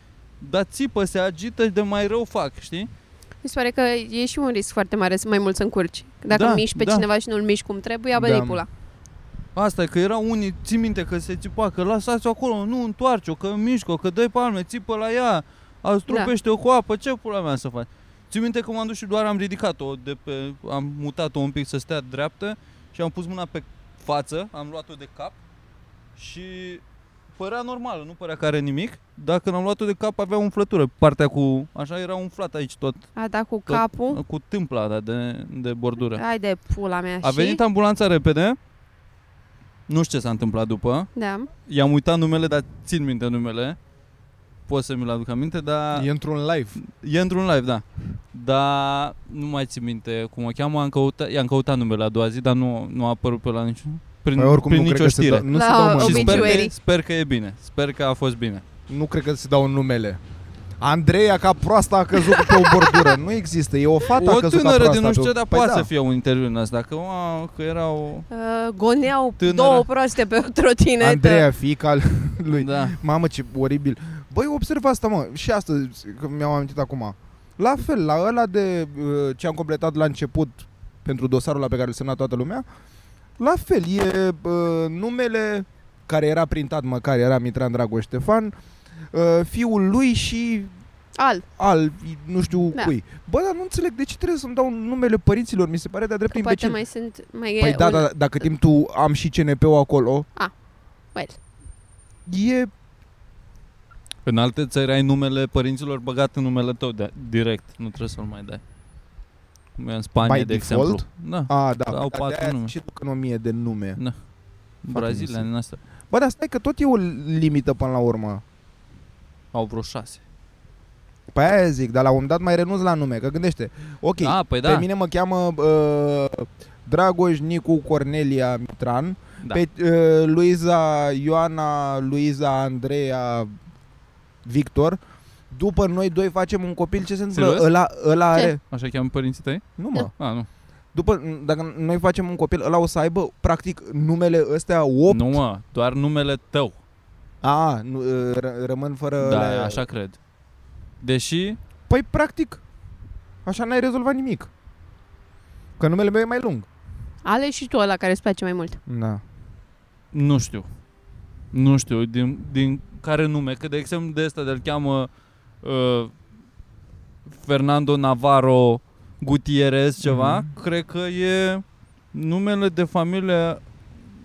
dar țipă, se agită și de mai rău fac, știi?
Mi se pare că e și un risc foarte mare să mai mult să încurci. Dacă
Da,
miști pe
da.
cineva și nu-l miști cum trebuie, abă
Da.
da. pula.
Asta e că erau unii, ții minte că se țipa, că lasați-o acolo, nu întoarce-o, că mișcă că dai palme, țipă la ea, a strupește-o cu apă, ce pula mea să faci? Ții minte că m-am dus și doar am ridicat-o, de pe, am mutat-o un pic să stea dreaptă și am pus mâna pe față, am luat-o de cap și părea normală, nu părea că are nimic. Dacă n-am luat-o de cap avea umflătură, partea cu, așa era umflat aici tot,
A dat cu
Tot-
capul.
cu tâmpla da, de, de bordură.
Hai de pula mea
A
și...
venit ambulanța repede, nu știu ce s-a întâmplat după,
Da.
I-am uitat numele, dar țin minte numele. Pot să mi-l aduc aminte, dar
E
e,
într-un live.
e într-un live, da. Dar nu mai țin minte cum o cheamă, am căutat, i-am căutat numele a doua zi, dar nu, nu a apărut pe la niciun... Prin,
Păi oricum
prin
nu cred
nicio
că se
știre.
dau, nu, se
La
dau mă,
și sper
numele.
că,
obituary.
sper că e bine, sper că a fost bine.
nu cred că se dau numele. Andreea ca proasta a căzut pe o bordură. Nu există, e o fată a
o
căzut ca
tânără
proasta.
din nu știu
pe-
ce, dar
Păi
poate
da.
să fie un interviu în asta, că, wow, că era o...
Uh, goneau
Tânără.
două proaste pe o trotinetă.
Andreea, fiica al <laughs> lui.
Da.
Mamă, ce oribil. Băi, observ asta, mă. Și astăzi, că mi-am amintit acum. La fel, la ăla de uh, ce am completat la început pentru dosarul la pe care îl semna toată lumea, la fel, e uh, numele care era printat măcar, era Mitran Dragoș Ștefan, uh, fiul lui și
Al.
Păi,
al, nu știu
Da.
cui. Bă, dar nu înțeleg de ce trebuie să-mi dau numele părinților, mi se pare de-a drept
Că poate
imbecil.
mai sunt... Mai
Păi
e
da,
un... Ah,
da, da, dacă timp tu am și CNP-ul acolo,
Well.
e
În alte țări ai numele părinților băgat în numele tău de- direct, nu trebuie să-l mai dai. Cum e în Spania,
By
de
default?
exemplu. Da.
A, da.
Au
Dar
patru
de-aia
nume.
Și duc în o mie de nume.
Brazilia,
insist.
din asta.
Bă, dar stai că tot e o limită până la urmă.
Au vreo șase.
Pe Păi aia zic, dar la un moment dat mai renunț la nume, că gândește. Ok,
Da, păi
da.
da.
pe mine mă cheamă uh, Dragoș Nicu Cornelia Mitran,
Da.
pe uh, Luiza Ioana, Luiza Andreea Victor. După noi doi facem un copil, ce se întâmplă?
Serios?
Ăla, ăla
Ce?
are...
Așa cheamă părinții tăi?
Nu mă.
A, nu.
După, dacă noi facem un copil, ăla o să aibă, practic, numele ăstea 8.
Nu mă, doar numele tău.
A, nu, uh, ră- rămân fără...
Da,
alea.
așa cred. Deși,
Păi, practic, așa n-ai rezolvat nimic. Că numele meu e mai lung.
Ale și tu ăla care îți place mai mult.
Da.
nu știu. Nu știu din, din care nume. Că, de exemplu, de ăsta de-l cheamă uh, Fernando Navarro Gutierrez, ceva.
Mhm.
Cred că e numele de familie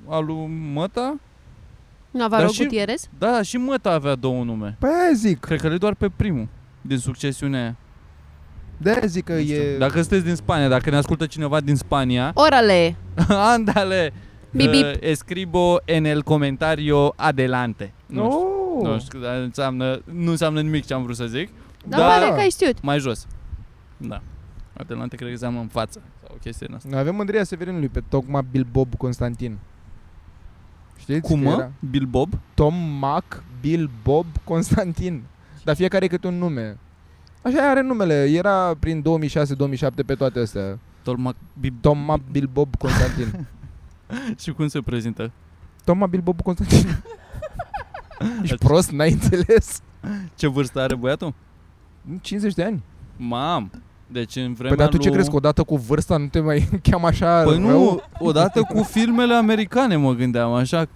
al lui Măta.
Navarro
Dar și-
Gutierrez?
Da, și Măta avea două nume.
Păi aia zic.
Cred că le doar pe primul din succesiunea aia.
De aia zic că
Nu știu.
e...
Dacă sunteți din Spania, dacă ne ascultă cineva din Spania, <laughs>
Orale!
andale,
Bip, bip.
uh, escribo en el comentario adelante. Nu știu,
Oh.
nu știu, dar înseamnă, nu înseamnă nimic ce am vrut să zic.
Dar
Da.
da. pare că ai știut.
Mai jos. Da. Adelante cred că înseamnă în față sau o chestie din asta.
Noi avem mândria Severinului pe tocmai Bilbob Constantin. Știți?
Cum
că
mă?
era?
Bill Bob?
Tom Mac Bilbob Constantin. Dar fiecare câte un nume. Așa are numele. Era prin 2006-2007 pe toate astea.
Tolmac Bib...
Tom Mac Bilbob
<laughs>
Constantin.
Și cum se prezintă?
Tom Mac Bilbob
<laughs>
Constantin. Ești prost, n-ai înțeles?
Ce vârstă are băiatul?
50 de ani.
Mam. Deci în vremea
Păi dar tu ce
lui...
crezi că odată cu vârsta nu te mai <laughs> cheamă așa
Păi
rău?
nu, odată cu filmele americane mă gândeam, așa,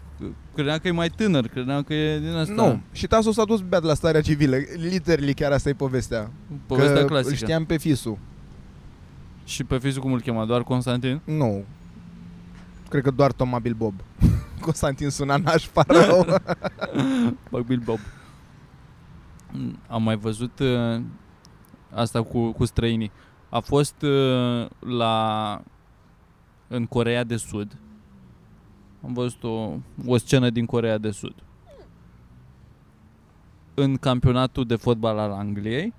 credeam că e mai tânăr, credeam că e din asta.
Nu. Și Tasu s-a dus beat la starea civilă. Literally chiar asta e povestea.
Povestea
că
clasică.
Îl știam pe Fisu.
Și pe Facebook cum îl chema? Doar Constantin?
Nu. Cred că doar Toma Bilbob. <laughs> Constantin suna nașpa <laughs> rău.
Bag Bill Bob. Mm, Am mai văzut uh, asta cu, cu străinii. A fost uh, la în Corea de Sud. Am văzut o, o scenă din Corea de Sud. În campionatul de fotbal al Angliei,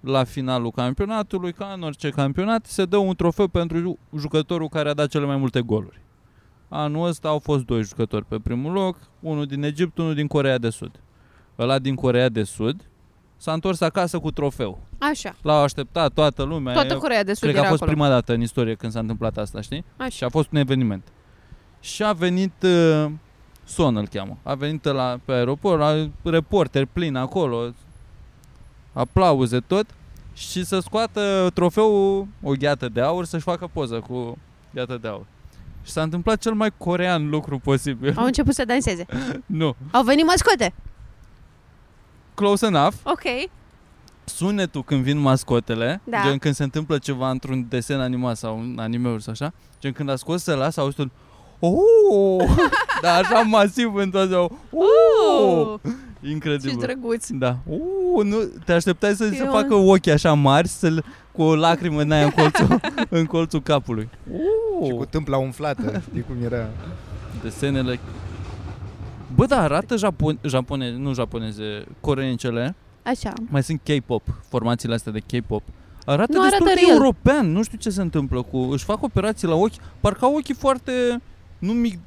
la finalul campionatului, ca în orice campionat, se dă un trofeu pentru ju- jucătorul care a dat cele mai multe goluri. Anul ăsta au fost doi jucători pe primul loc, unul din Egipt, unul din Corea de Sud. Ăla din Corea de Sud s-a întors acasă cu trofeu.
Așa.
L-au așteptat toată lumea.
Toată
Eu
Coreea de Sud
Cred că a
era
fost
acolo.
prima dată în istorie când s-a întâmplat asta, știi? Și
Așa.
a fost un eveniment. Și a venit uh, Son îl cheamă. A venit la pe aeroport, la reporter plin acolo, aplauze tot și să scoată trofeul o gheată de aur să-și facă poză cu gheată de aur. Și s-a întâmplat cel mai corean lucru posibil.
Au început să danseze.
<laughs> nu.
Au venit mascote.
Close enough.
Ok.
sunetul când vin mascotele,
Da.
gen când se întâmplă ceva într-un desen animat sau în anime sau așa, gen când a scos să lasă, auzi tot,
<laughs>
oh! Dar așa masiv în toată ziua, oh!
Oh, ce
Incredibil.
drăguț.
Da. Uh, nu, te așteptai să se
Eu-
facă ochii așa mari, să cu o lacrimă în aia în
<laughs>
colțul, în colțul capului.
Și cu
Uh,
tâmpla umflată. Știi cum era?
desenele. Bă, da, arată japon, japoneze, nu japoneze, coreencele.
Așa.
mai sunt K-pop, formațiile astea de K-pop. Arată
Nu
destul
arată
de
real.
european, nu știu ce se întâmplă cu... Își fac operații la ochi, parcă au ochii foarte... Nu mic,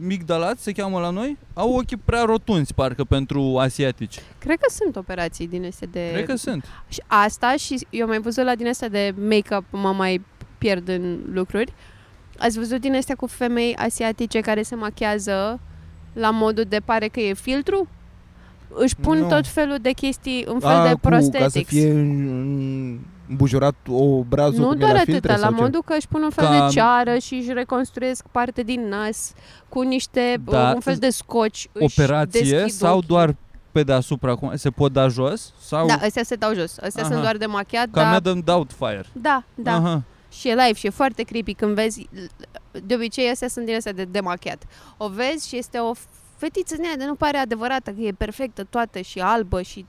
migdalați se cheamă la noi? Au ochii prea rotunzi, parcă, pentru asiatici.
Cred că sunt operații din astea de...
Cred că sunt.
Și asta și eu am mai văzut la din astea de make-up, mă mai pierd în lucruri. Ați văzut din astea cu femei asiatice care se machează la modul de pare că e filtru? Își pun
Nu.
tot felul de chestii în fel de
cu, ca să
prostetics.
fie în- îmbujurat obrazul
nu
cum e
doar
la
atât,
filtre
la
sau ce?
modul că își pun un fel
Ca-
de ceară și își reconstruiesc parte din nas cu niște,
Da,
da, un fel de scoci. își
Operație
deschid
sau
ochii.
doar pe deasupra, cum, se pot da jos? Sau
Da, astea se dau jos. Astea
Aha.
sunt doar de machiat,
ca
dar...
Madame Doubtfire.
Da, da.
Aha.
Și e live și e foarte creepy când vezi, de obicei astea sunt din astea de demachiat. O vezi și este o fetiță din aia de nu pare adevărată, că e perfectă toată și albă și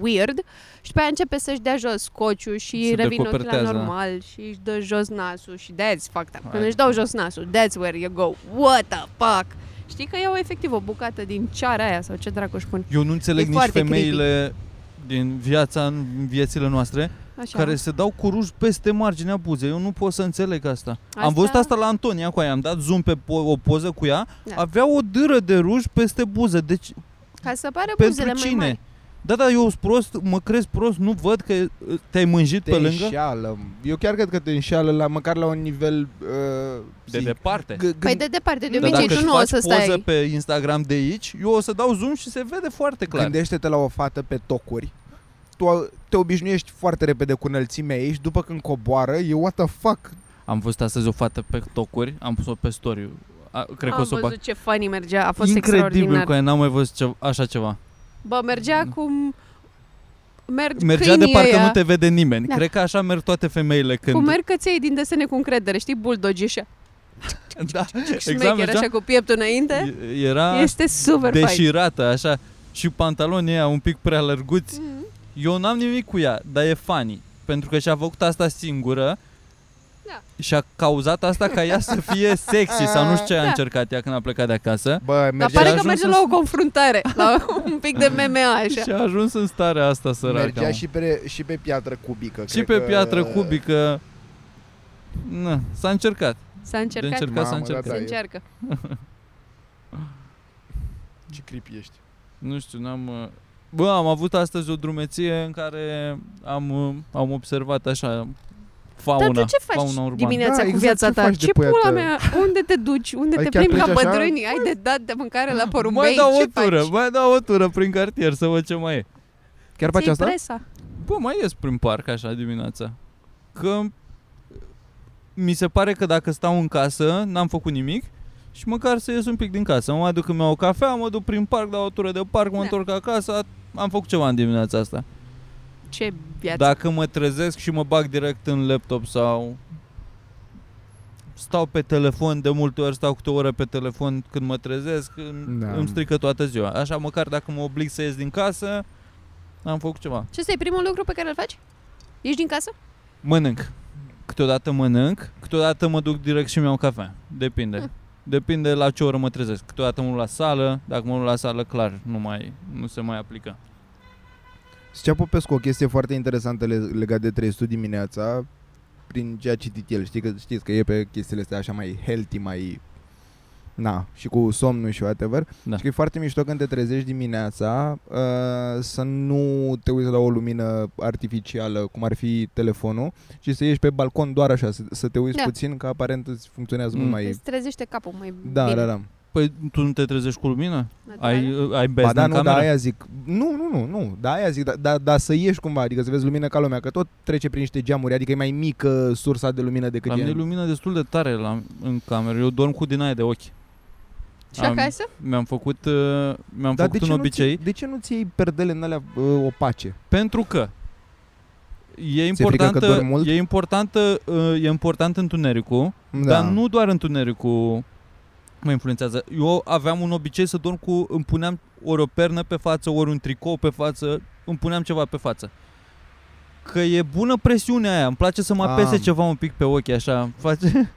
weird și pe aia începe să-și dea jos cociul și
Se
revin ochii la
decopertează.
normal și își dă jos nasul și that's fucked up. Când
Hai.
își dau jos nasul, that's where you go, what the fuck? Știi că iau efectiv o bucată din ceara aia sau ce dracu își pun.
Eu nu înțeleg
E
nici
foarte
femeile din viața, în viețile noastre,
Așa.
care se dau cu ruj peste marginea buzei. Eu nu pot să înțeleg asta. Am
Asta-
văzut asta la Antonia cu aia, am dat zoom pe po- o poză cu ea,
Da.
avea o dâră de ruj peste buză. Deci
Ca să pare
pentru
buzele mai
cine?
mari.
Da, da, eu sunt prost, mă crezi prost, nu văd că uh, te-ai mânjit
Te
pe lângă.
înșeală. Eu chiar cred că te înșeală, la, măcar la un nivel... Uh,
De
zic,
departe.
g-
Păi
gând-
de departe, de
Da,
obicei
dacă
tu
își
nu o
faci
să
poză
stai.
pe Instagram de aici, eu o să dau zoom și se vede foarte clar.
Gândește-te la o fată pe tocuri. Tu a- te obișnuiești foarte repede cu înălțimea ei și după când coboară, e what the fuck.
Am văzut astăzi o fată pe tocuri, am pus-o pe story A, cred că o
Am
să o bag.
văzut ce funny mergea, a fost
Incredibil
extraordinar.
că n-am mai văzut ce, așa ceva.
Bă, mergea
Nu.
cum... Merg
Mergea de
câinii
parcă
ăia,
nu te vede nimeni.
Da.
Cred că așa merg toate femeile când...
Cum merg căței din desene cu încredere, știi? Buldogi așa.
<laughs> da,
Șmecher
mergea- Da.
așa cu pieptul înainte.
E- Era
Este super fain.
deșirată, așa, și pantalonii ăia un pic prea lărguți.
Mhm.
Eu n-am nimic cu ea, dar e funny, pentru că și-a făcut asta singură
Da.
și-a cauzat asta ca ea să fie sexy sau nu știu ce a
<laughs> Da.
încercat ea când a plecat de acasă.
Bă,
Dar
Mergea-
pare
și
că
a
merge
ajuns
la o confruntare,
<laughs>
la un pic de MMA așa.
Și a ajuns în starea asta
mergea
săracă.
și pe, și pe piatră cubică.
da. și
cred
pe
că-
piatră cubică. Na, s-a încercat.
S-a încercat,
De încercat s-a
Mamă, da,
încercat.
se
e.
încearcă.
Ce creepy ești.
Nu știu, n-am... uh, Bă, am avut astăzi o drumeție în care am, uh, am observat așa fauna,
Dar tu ce faci
fauna urbană.
dimineața
Da,
cu
exact,
viața
ce
ta?
faci
Ce
după ea,
pula
te-
mea? Unde te duci? Unde
Ai
te
chiar
plimbi ca
pleci așa?
bătrânii? Ai de dat de mâncare la
mai
porumbei?
dau
ce
o tură,
faci?
mai dau o tură prin cartier să văd ce mai e.
Chiar faci
Ți-ai
asta?
presa.
Bă, mai ies prin parc așa dimineața. Că mi se pare că dacă stau în casă, n-am făcut nimic și măcar să ies un pic din casă. Mă aduc, îmi iau o cafea, mă duc prin parc, dau o tură de parc, mă
Da.
întorc acasă, am făcut ceva în dimineața asta.
Ce
Da.
viață.
Dacă mă trezesc și mă bag direct în laptop sau stau pe telefon, de multe ori stau câte o oră pe telefon când mă trezesc, îmi,
Da.
îmi strică toată ziua. Așa măcar dacă mă oblig să ies din casă, am făcut ceva.
Ce este primul lucru pe care îl faci? Ești din casă?
Mănânc. Câteodată mănânc, câteodată mă duc direct și mi-au cafea. Depinde.
Hm.
Depinde la ce oră mă trezesc. Câteodată mă duc la sală, dacă mă duc la sală, clar, nu, mai, nu se mai aplică.
Zicea Popescu o chestie foarte interesantă le- legat de trei studii dimineața prin ce a citit el. Știi că, știți că e pe chestiile astea așa mai healthy, mai... Na, și cu somnul și whatever.
Da.
Și că e foarte mișto când te trezești dimineața uh, să nu te uiți la o lumină artificială, cum ar fi telefonul, ci să ieși pe balcon doar așa, să, să te uiți
Da.
puțin, că aparent îți funcționează
Mm.
mult
Îți
mai...
trezește capul mai
Da,
bine.
da, da.
Păi tu nu te trezești cu lumină?
natural.
Ai, ai bez
Ba da,
în
nu,
cameră?
da, aia zic. Nu, nu, nu, nu. Da, aia zic, dar da, da, să ieși cumva, adică să vezi lumină ca lumea, că tot trece prin niște geamuri, adică e mai mică sursa de lumină decât
La
e.
mine e lumină destul de tare la, în cameră. Eu dorm cu din aia de ochi.
Și
Am-
acasă?
Mi-am făcut, uh, mi-am
Dar de
făcut
ce,
un obicei
Nu ți, de ce nu-ți iei perdele în alea uh, opace?
pentru că e
frică că
importantă,
dormi mult?
e importantă, uh, e important întunericul,
Da.
Dar nu doar întunericul mă influențează. Eu aveam un obicei să dorm cu... Îmi puneam ori o pernă pe față, ori un tricou pe față. Îmi puneam ceva pe față. Că e bună presiunea aia. Îmi place să mă
Am.
apese ceva un pic pe ochi, așa. Face...
<laughs>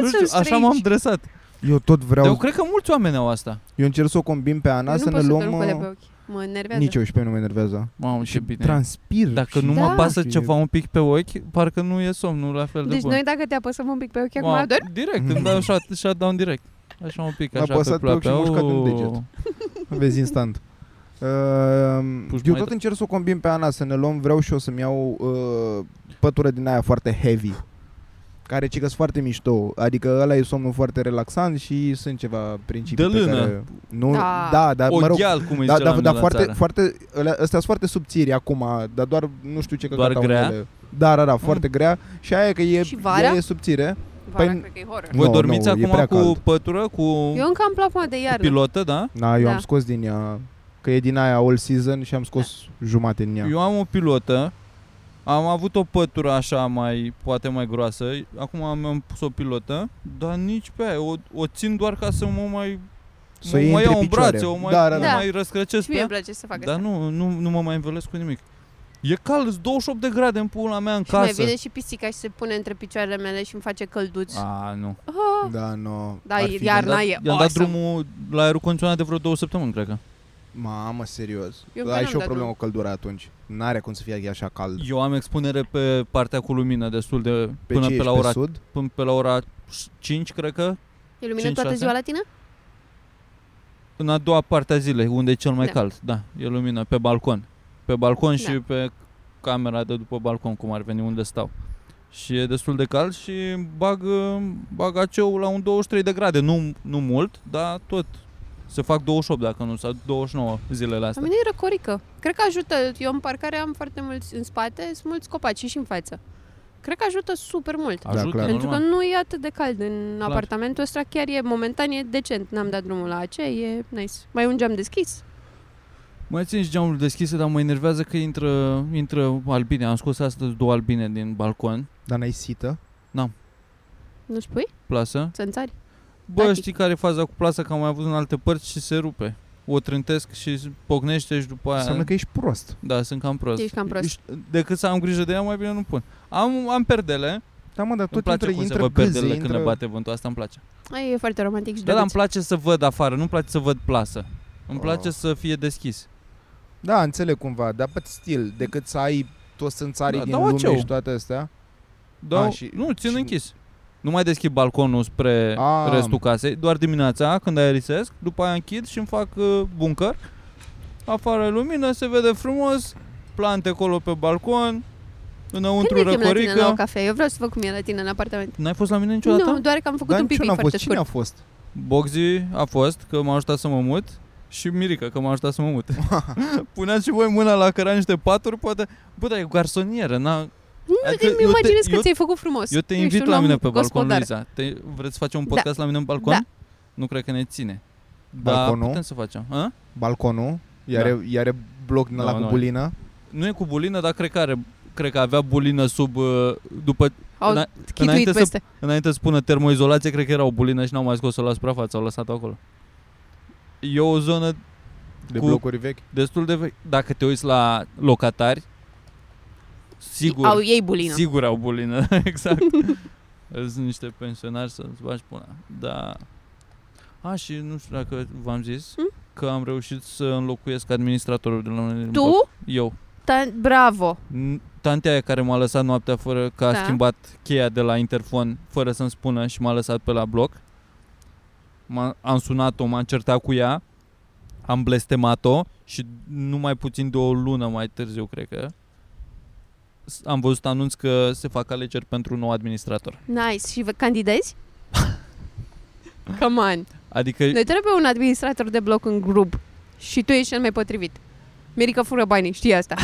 nu
so
știu, așa
strange.
m-am dresat.
Eu tot
Dar
vreau,
eu cred că mulți oameni au asta.
eu încerc să o combin pe Ana
Eu nu
să ne
pot să
luăm...
dorm cu ele
uh,
pe ochi. Mă enervează.
Nici eu și pe mine mă enervează.
Mamă, ce
și
bine.
transpir.
Dacă
și-
nu mă
Da.
apasă
Și-
ceva un pic pe ochi, parcă nu e somnul la fel de
Deci
bun.
noi dacă te apăsăm un pic pe ochi, acum
Mamă,
adormi?
Direct, îmi
<laughs>
dau shut- shutdown direct. Așa un pic,
M-a
așa Oh.
apăsat pe ochi și
plapea.
m-a urcat în
Uuu.
deget. Vezi instant. Uh,
Puși
eu
mai
tot
dr-
încerc să o combin pe Ana să ne luăm, vreau și o să-mi iau uh, pătură din aia foarte heavy care ci că foarte mișto, adică ăla e somnul foarte relaxant și sunt ceva principii
De
pe
lână.
care... Nu,
Da.
da, dar mă rog,
Ogheal, cum îi
da,
zice la
da,
noi
da,
la
foarte,
țară.
foarte, ălea- astea sunt foarte subțiri acum, dar doar nu știu ce
Doar
căcat au
grea?
unele. Da, da, da, foarte grea și aia e că e,
Mm. Și vara?
ea e subțire.
Vara,
Păi-
cred că e horror.
Voi
Nu,
dormiți
nu, e
acum
prea
cu
cald.
pătură, cu,
Eu încă am plapuma de
cu
iarnă.
pilotă, da?
Da, eu
Da.
am scos din ea, că e din aia all season și am scos
Da.
jumate din ea.
Eu am o pilotă, am avut o pătură așa mai, poate mai groasă, acum am- am pus o pilotă, dar nici pe aia, o, o țin doar ca să mă mai,
Să
mă
o iei
mai
între
iau în
picioare.
brațe, o mai,
Da, da,
o
da.
mai răscrăcesc
Și
pe
mie
ea,
îmi place să fac
dar
asta.
nu, nu, nu mă mai învălesc cu nimic. E cald, sunt 28 de grade în pula mea în
Și mai
casă.
vine și pisica și se pune între picioarele mele și îmi face călduți.
A, nu.
Ah,
Da, nu.
Da,
ar fi-
I-am
iar-
dat-
Iarna e
I-am dat
awesome.
drumul la aerul condiționat de vreo două săptămâni, cred că.
Mamă, serios.
Eu încă
Ai
n-am
și o
dat
problemă
drumul.
cu căldura atunci. N-are cum să fie așa cald.
Eu am expunere pe partea cu lumină destul de...
Pe
până
ce
pe
ești?
la ora
Pe sud?
până pe la ora 5, cred că,
e lumină
cinci,
toată
șase?
ziua la tine?
în a doua parte a zilei, unde e cel mai
Da.
cald. Da, e lumină pe balcon. Pe balcon
Da.
și pe camera de după balcon, cum ar veni, unde stau. Și e destul de cald și bag, uh, bag aceul la un 23 de grade. Nu, nu mult, dar tot. Se fac 28 dacă nu, sau 29 zilele
La
astea.
mine e răcorică. Cred că ajută. Eu în parcare am foarte mulți în spate, sunt mulți copaci și și în față. Cred că ajută super mult.
Da, clar.
Pentru că
normal.
nu e atât de cald în apartamentul ăsta, chiar e momentan, e decent. N-am dat drumul la AC, e nice. Mai e un geam deschis.
Mai țin și geamul deschis, dar mă enervează că intră, intră albine. Am scos astăzi două albine din balcon,
Dar n-ai sită?
Nu spui?
plasă.
Țânțari?
Bă,
Practic.
știi care e faza cu plasa? Că am mai avut în alte părți și se rupe. O trântesc și se pocnește și după aia...
Înseamnă că ești prost.
Da, sunt cam prost.
Ești cam prost.
Ești- Decât să am grijă de ea, mai bine nu pun. Am, am perdele.
Da, mă, dar
Tot îmi
tot
place
intră,
cum se
intră
văd
gâze,
perdele
intră... Deci
când le bate vântul. Asta îmi place.
Ai, e foarte romantic și
Da, dar îmi
drăguț.
place să văd afară. Nu-mi place să văd plasă. Îmi
Oh.
place să fie deschis.
Da, înțeleg cumva, dar bă, stil, decât să ai toți sânțarii
Da,
da, din
dau
lume
aceu.
și toate astea.
Da,
A, Ah, și-
nu, țin
și-
închis. Nu mai deschid balconul spre
A.
restul casei, doar dimineața când aerisesc, după aia închid și îmi fac uh, bunker. Afară e lumină, se vede frumos, plante acolo pe balcon, înăuntru
Când ne chem la tine la o
răcorică.
cafea? Eu vreau să vă cum e la tine în apartament.
N-ai fost la mine niciodată?
Nu, doar că am făcut
Dar
un
nici eu
pipi
n-am
foarte
fost. Cine a
scurt.
fost?
Boxy a fost, că m-a ajutat să mă mut și Mirica, că m-a ajutat să mă
<laughs>
mut. Puneați și voi mâna la căra niște paturi, poate... Bă, dar e gugarsonieră, n-a...
Nu,
Adică
deci mi
eu te-
imaginez că
eu-
ți-ai făcut frumos.
Eu te
Ești
invit
un
la
om
mine pe balcon,
gospodar.
Luiza. Te... Vreți să facem un podcast la mine în balcon?
Da.
Nu cred că ne ține. Dar
Balconul?
putem să facem. A?
Balconul? Iare, da. iare bloc din
Nu,
no, la
nu.
cu bulină?
Nu e cu bulină, dar cred că are... Cred că avea bulină sub... uh, După,
Au
Îna-
chituit
înainte să-
peste.
înainte să spună termoizolație, cred că era o bulină și n-au mai scos-o la suprafață, au lăsat-o acolo. E o zonă
De
Cu-
blocuri vechi?
destul de vechi. Dacă te uiți la locatari, sigur,
Au ei bulină.
sigur au bulină, <laughs> exact. Sunt niște pensionari să-ți bagi până. Da. A, și nu știu dacă v-am zis
Mm?
că am reușit să înlocuiesc administratorul de la mine. din bloc.
Tu?
Eu.
Ta- bravo!
N- Tantea aia care m-a lăsat noaptea fără că a
Da.
schimbat cheia de la interfon fără să-mi spună și m-a lăsat pe la bloc. M-a, am sunat-o, m-am certat cu ea, am blestemat-o și numai puțin de o lună mai târziu, cred că, s- am văzut anunț că se fac alegeri pentru un nou administrator.
Nice. Și vă
<laughs>
candidezi? Come on.
Adică
Noi trebuie un administrator de bloc în grup și tu ești cel mai potrivit. Mirica fură banii, știi asta.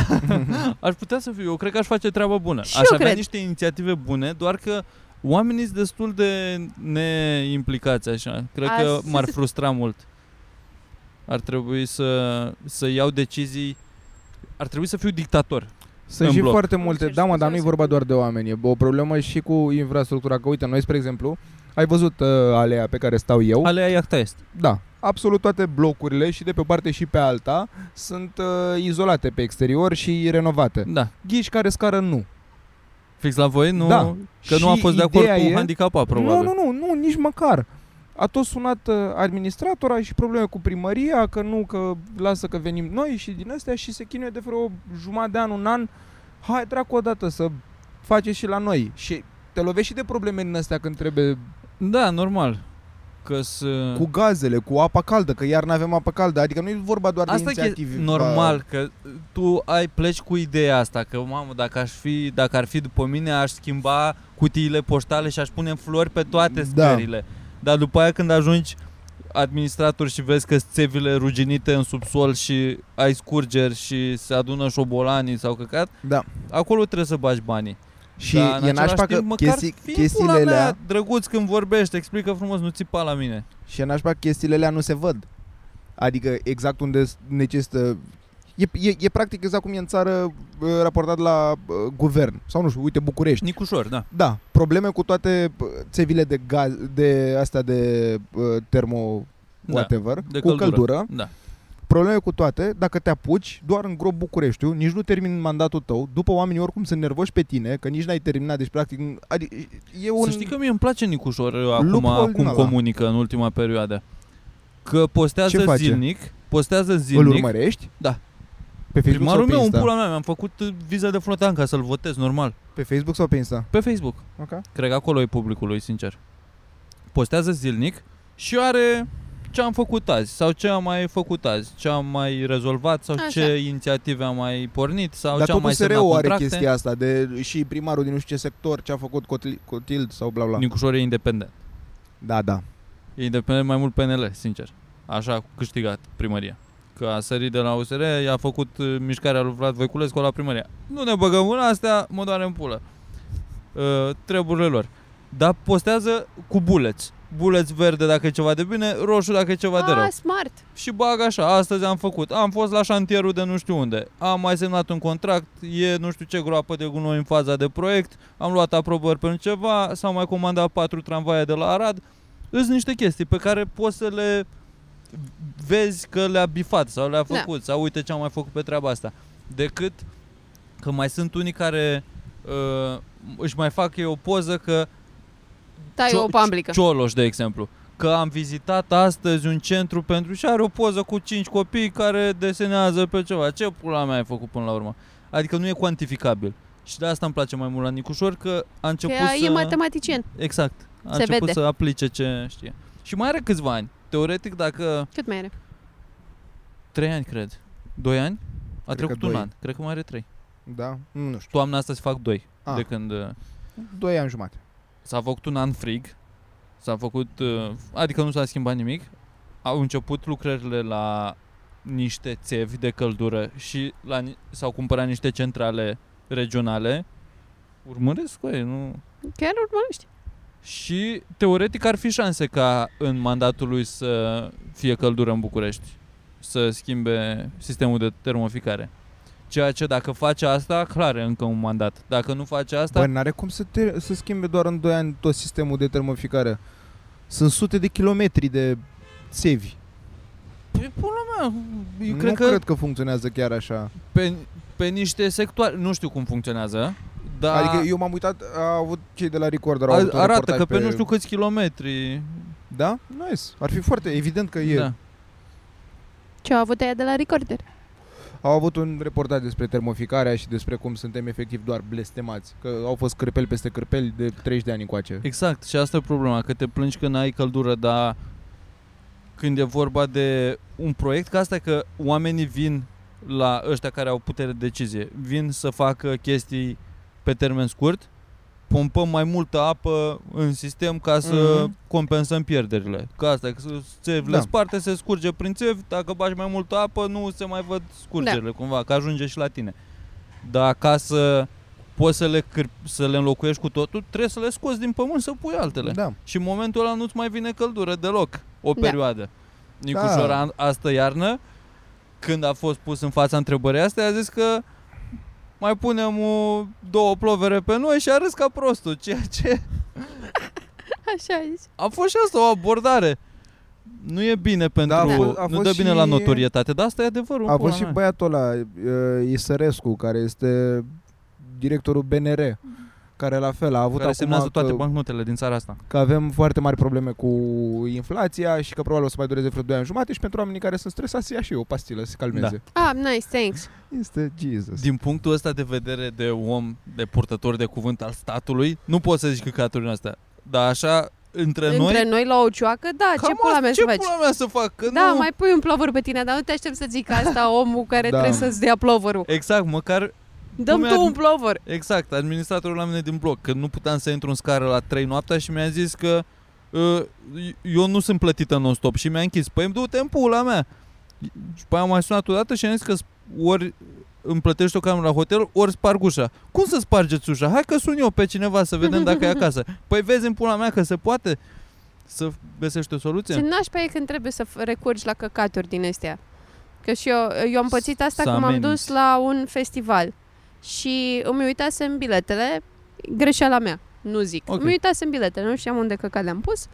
aș putea să fiu, eu cred că aș face treaba bună.
Și
aș
eu
avea
cred.
niște inițiative bune, doar că oamenii sunt destul de neimplicați așa. Cred că
Azi-
m-ar frustra mult. Ar trebui să, să iau decizii ar trebui să fiu dictator.
Sunt
În
și
bloc.
foarte multe,
Încerci
da mă,
să
dar nu e
se
vorba
ocupe.
doar de oameni, e o problemă și cu infrastructura, că uite, noi, spre exemplu, ai văzut uh, alea pe care stau eu,
Alea iacta este.
Da, absolut toate blocurile și de pe o parte și pe alta sunt uh, izolate pe exterior și renovate.
Da.
Ghiși care scară nu.
Fix la voi, nu?
Da.
Că nu
Și
am fost de acord cu
ideea e-
handicapa, probabil.
Nu, nu, nu, nu, nici măcar. A tot sunat uh, administratora și probleme cu primăria, că nu, că lasă că venim noi și din astea și se chinuie de vreo jumătate de an, un an. Hai, dracu, odată să faceți și la noi. Și te lovești și de probleme din astea când trebuie
Da, normal. Că să...
cu gazele, cu apa caldă, că iar nu avem apă caldă. Adică nu e uh, vorba doar
Asta
de
e
inițiative.
normal că tu ai pleci cu ideea asta că mamă, dacă aș fi, dacă ar fi după mine, aș schimba cutiile poștale și aș pune flori pe toate
Da.
scările. Dar după aia când ajungi administrator și vezi că țevile ruginite în subsol și ai scurgeri și se adună șobolanii sau căcat,
Da.
acolo trebuie să bagi banii.
Și
Dar Da, în
e
același
nașpa că
timp, măcar
chestii,
fii în
chestiile
pula mea,
alea,
drăguț când vorbești, explică frumos, nu țipa la mine.
și e nașpa că chestiile alea nu se văd. Adică exact unde s- necesită E, e, e practic exact cum e în țară bă, raportat la bă, guvern. Sau nu știu, uite București.
Nicușor, da.
Da, probleme cu toate bă, țevile de gaz, de astea de bă, termo
Da,
whatever,
de
cu căldură.
Da.
Problema e cu toate, dacă te apuci doar în grob Bucureștiu, nici nu termin mandatul tău, după oamenii oricum sunt nervoși pe tine, că nici n-ai terminat, deci practic... Adică, e un...
Să știi că mie îmi place Nicușor uh, acum
Loophole din
cum
ăla.
comunică în ultima perioadă. Că
Ce
postează
face?
zilnic, postează
Îl
zilnic.
urmărești?
Da.
Pe Facebook
Primarul
sau pe
meu, în
Insta?
pula mea, mi-am făcut uh, viza de flotan ca să-l votez normal.
Pe Facebook sau pe Insta?
Pe Facebook.
Ok.
Cred că acolo e publicul lui, sincer. Postează zilnic și are ce am făcut azi sau ce am mai făcut azi, ce am mai rezolvat sau
Așa.
ce inițiative am mai pornit sau
Dar
ce am
tot
mai semnat
USR-ul are
contracte.
chestia asta de și primarul din nu știu ce sector, ce a făcut Cotil- Cotild sau bla bla.
Nicușor e independent.
Da, da.
E independent mai mult PNL, sincer. Așa a câștigat primăria. Că a sărit de la USR, i-a făcut uh, mișcarea lui Vlad Voiculescu la primăria. Nu ne băgăm în astea, mă doare în pulă. Uh, treburile lor. Dar postează cu buleți. Buleți verde dacă e ceva de bine, roșu dacă e ceva de rău.
Ah, smart.
Și bag așa, astăzi am făcut, am fost la șantierul de nu știu unde, am mai semnat un contract, e nu știu ce groapă de gunoi în faza de proiect, am luat aprobări pentru ceva, s-au mai comandat patru tramvaie de la Arad. Îs niște chestii pe care poți să le vezi că le-a bifat sau le-a
Da.
făcut sau uite ce am mai făcut pe treaba asta. Decât că mai sunt unii care uh, își mai fac ei o poză că
Tai
Cio-
o pamblică.
Cioloș, de exemplu. Că am vizitat astăzi un centru pentru și are o poză cu cinci copii care desenează pe ceva. Ce pula mea ai făcut până la urmă? Adică nu e cuantificabil. Și de asta îmi place mai mult la Nicușor că a
Că
început să...
e matematician.
Exact. A
Se
început
vede.
să aplice ce știe. Și mai are câțiva ani. Teoretic, dacă...
Cât mai are?
Trei ani, cred. Doi ani? A
Cred că
trecut un
doi.
an. Cred că mai are trei.
Da? Nu știu.
Toamna asta se fac doi.
Ah.
De când... uh,
Doi ani jumate.
S-a făcut un an frig, s-a făcut, uh, adică nu s-a schimbat nimic, au început lucrările la niște țevi de căldură și la, ni- s-au cumpărat niște centrale regionale. Urmăresc cu ei, nu?
Chiar urmărești.
Și teoretic ar fi șanse ca în mandatul lui să fie căldură în București, să schimbe sistemul de termoficare. Ceea ce dacă face asta, clar e încă un mandat. Dacă nu face asta,
Bă, n-are cum să, te, să schimbe doar în 2 ani tot sistemul de termoficare. Sunt sute de kilometri de țevi.
Păi, pula mea, eu
nu
cred că
cred că funcționează chiar așa.
pe, pe niște sectoare, nu știu cum funcționează,
Da.
dar
Adică eu m-am uitat, a avut cei de la Recorder au
a,
avut un
arată
reportaj
că
pe
pe nu știu câți kilometri
Da? Nice. Ar fi foarte evident că e. Da.
Da.
Ce au avut aia de la recorder.
Au avut un reportaj despre termoficarea și despre cum suntem efectiv doar blestemați. Că au fost cârpeli peste cârpeli de 30 de ani încoace.
Exact, și asta e problema, că te plângi când ai căldură, dar când e vorba de un proiect ca asta, e că oamenii vin la ăștia care au putere de decizie, vin să facă chestii pe termen scurt, pompăm mai multă apă în sistem ca să
Mhm.
compensăm pierderile. Că asta, e, că să- țevile
Da.
da. sparte, se scurge prin țev, dacă bagi mai multă apă, nu se mai văd scurgerile cumva, că ajunge și la tine. Dar ca să poți să le, câr- să le înlocuiești cu totul, trebuie să le scoți din pământ să pui altele.
Da.
Și în momentul ăla nu-ți mai vine căldură deloc o
Da.
perioadă. Nicușor
Da.
da. asta iarnă, când a fost pus în fața întrebării astea, a zis că mai punem o, două plovere pe noi și a râs ca prostul, ceea ce
Așa a zis.
a fost și asta o abordare. Nu e bine pentru...
Da, a
Da,
fost- a
nu
fost
dă bine la
și-
notorietate, dar asta e adevărul.
A
pula
fost și
mea.
băiatul ăla, uh, Isărescu, care este directorul BNR, care la fel a avut
care semnează
acum
toate
că,
bancnotele din țara asta.
că avem foarte mari probleme cu inflația și că probabil o să mai dureze vreo 2 ani jumate și pentru oamenii care sunt stresați să ia și eu o pastilă să se calmeze.
Ah, nice, thanks.
Da. Este Jesus.
Din punctul ăsta de vedere de om, de purtător de cuvânt al statului, nu poți să zici căcaturile astea. Dar așa, între,
Între
noi...
noi, la o cioacă, da, ce
cam
pula
asta-
mea
ce
să faci?
pula mea să fac? Că
Da,
nu...
mai pui un plovăr pe tine, dar nu te aștept să zic asta omul care
Da.
trebuie să-ți dea plovărul.
Exact, măcar,
Dăm
Cum e
tu
admi-
un plovăr.
exact, administratorul la mine din bloc, că nu puteam să intru în scară la 3 noaptea și mi-a zis că uh, eu nu sunt plătită non-stop și mi-a închis. Păi du-te în pula mea. Și pe aia m-a sunat odată și am zis că sp- ori îmi plătești o cameră la hotel, ori sparg ușa. Cum să spargeți ușa? Hai că sun eu pe cineva să vedem dacă e acasă. Păi vezi în pula mea că se poate să găsești o
Ce
soluție?
nașpa e când trebuie să f- recurgi la căcaturi din astea. Că și eu, eu am pățit
Să
asta când m-am
ameninți.
dus la un festival și îmi uitasem biletele, greșeala mea, nu zic.
Ok.
Îmi uitasem biletele, nu știam unde căcat le-am pus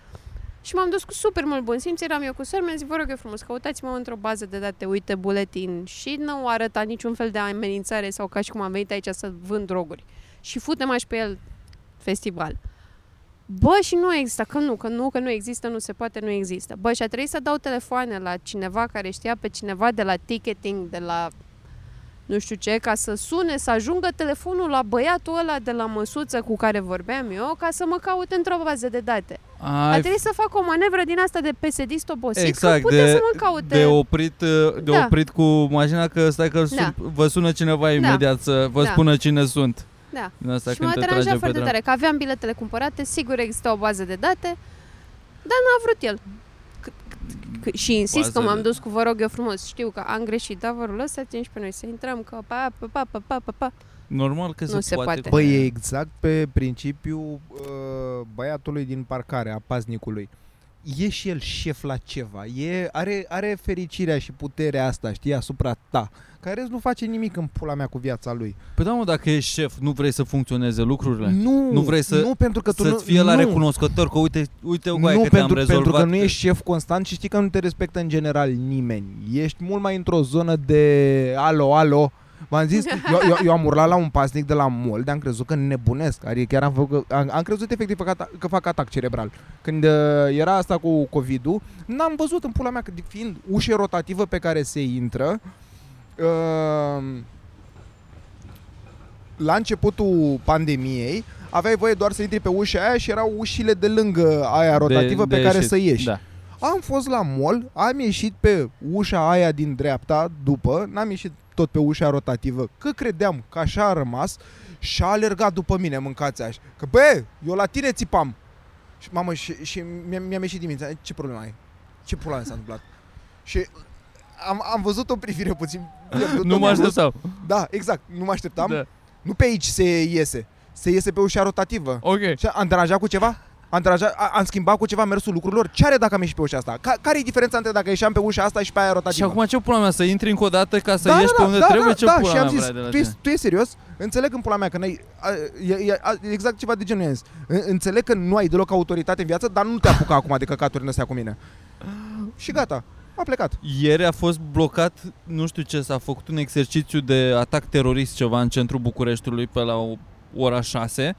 Și m-am dus cu super mult bun simț, eram eu cu sora mea, zic, vă rog eu frumos, căutați-mă într-o bază de date, uite, buletin. Și nu arăta niciun fel de amenințare sau ca și cum am venit aici să vând droguri. Și futem aș pe el festival. Bă, și nu există, că nu, că nu, că nu există, nu se poate, nu există. Bă, și a trebuit să dau telefoane la cineva care știa pe cineva de la ticketing, de la nu știu ce, ca să sune, să ajungă telefonul la băiatul ăla de la măsuță cu care vorbeam eu, ca să mă caute într-o bază de date. A
Ai,
trebuit să fac o manevră din asta de PSD obosit,
exact,
că putea
de,
să mă caute.
de oprit, uh, de
Da.
oprit cu mașina că stai că
Da.
sun, vă sună cineva imediat să vă
Da.
spună cine sunt.
Da.
Din asta
și
când
m-a
te
deranjat
trage pe
foarte
drum.
tare, că aveam biletele cumpărate, sigur exista o bază de date, dar n-a vrut el. C- c- și insist
Bază
că
de-
m-am dus cu vă rog eu frumos, știu că am greșit, dar vă rog, lăsați-mi și pe noi să intrăm, că pa, pa, pa, pa, pa, pa, pa.
Normal că
Nu se poate.
cu-
Păi e exact pe principiu uh, băiatului din parcare, a paznicului. E și el șef la ceva. E, are, are fericirea și puterea asta, știi, asupra ta. Care nu face nimic în pula mea cu viața lui.
Păi da, mă, dacă ești șef, nu vrei să funcționeze lucrurile?
Nu,
Nu vrei să-
nu pentru că tu nu,
Să-ți fie la
nu,
recunoscător că uite, uite
nu
goaie că te-am
pentru,
rezolvat.
pentru că nu ești șef constant și știi că nu te respectă în general nimeni. Ești mult mai într-o zonă de alo, alo. V-am zis, eu, eu, eu am urlat la un pasnic de la mall, dar am crezut că nebunesc. Adică chiar am, făcut, am, am crezut efectiv că, ata- că fac atac cerebral. Când uh, era asta cu COVID-ul, n-am văzut în pula mea că fiind ușe rotativă pe care se intră, uh, la începutul pandemiei, aveai voie doar să intri pe ușa aia și erau ușile de lângă aia rotativă
de
pe care
ieșit.
să ieși.
Da.
Am fost la mall, am ieșit pe ușa aia din dreapta după, n-am ieșit tot pe ușa rotativă, că credeam că așa a rămas și a alergat după mine, mâncați aș. Că bă, eu la tine țipam. Și mamă, și, și mi-am, mi-am ieșit dimineața, ce problemă ai? Ce pula mea s-a întâmplat? Și am, am văzut o privire
<laughs>
puțin. pierdută,
Nu mă
mi-am dus-
așteptam.
Da, exact, nu mă așteptam.
Da.
Nu pe aici se iese, se iese pe ușa rotativă.
Ok.
Și am deranjat cu ceva? Am, deranjat, a- am schimbat cu ceva mersul lucrurilor? Ce are dacă am ieșit pe ușa asta? Ca, care e diferența între dacă ieșeam pe ușa asta și pe aia rotativă?
Și acum ce pula mea, să intri încă o dată ca să ieși pe unde trebuie? Ce
da,
pula
și
mea
am zis,
vrea de la
tu,
tine?
ești, tu ești serios? Înțeleg în pula mea că n-ai, a, e, e, a, e exact ceva de genul ăsta. În- Înțeleg că nu ai deloc autoritate în viață, dar nu te apuca acum de căcaturile astea cu mine. Și gata, a plecat.
Ieri a fost blocat, nu știu ce, s-a făcut un exercițiu de atac terorist ceva în centrul Bucureștiului pe la o- ora 6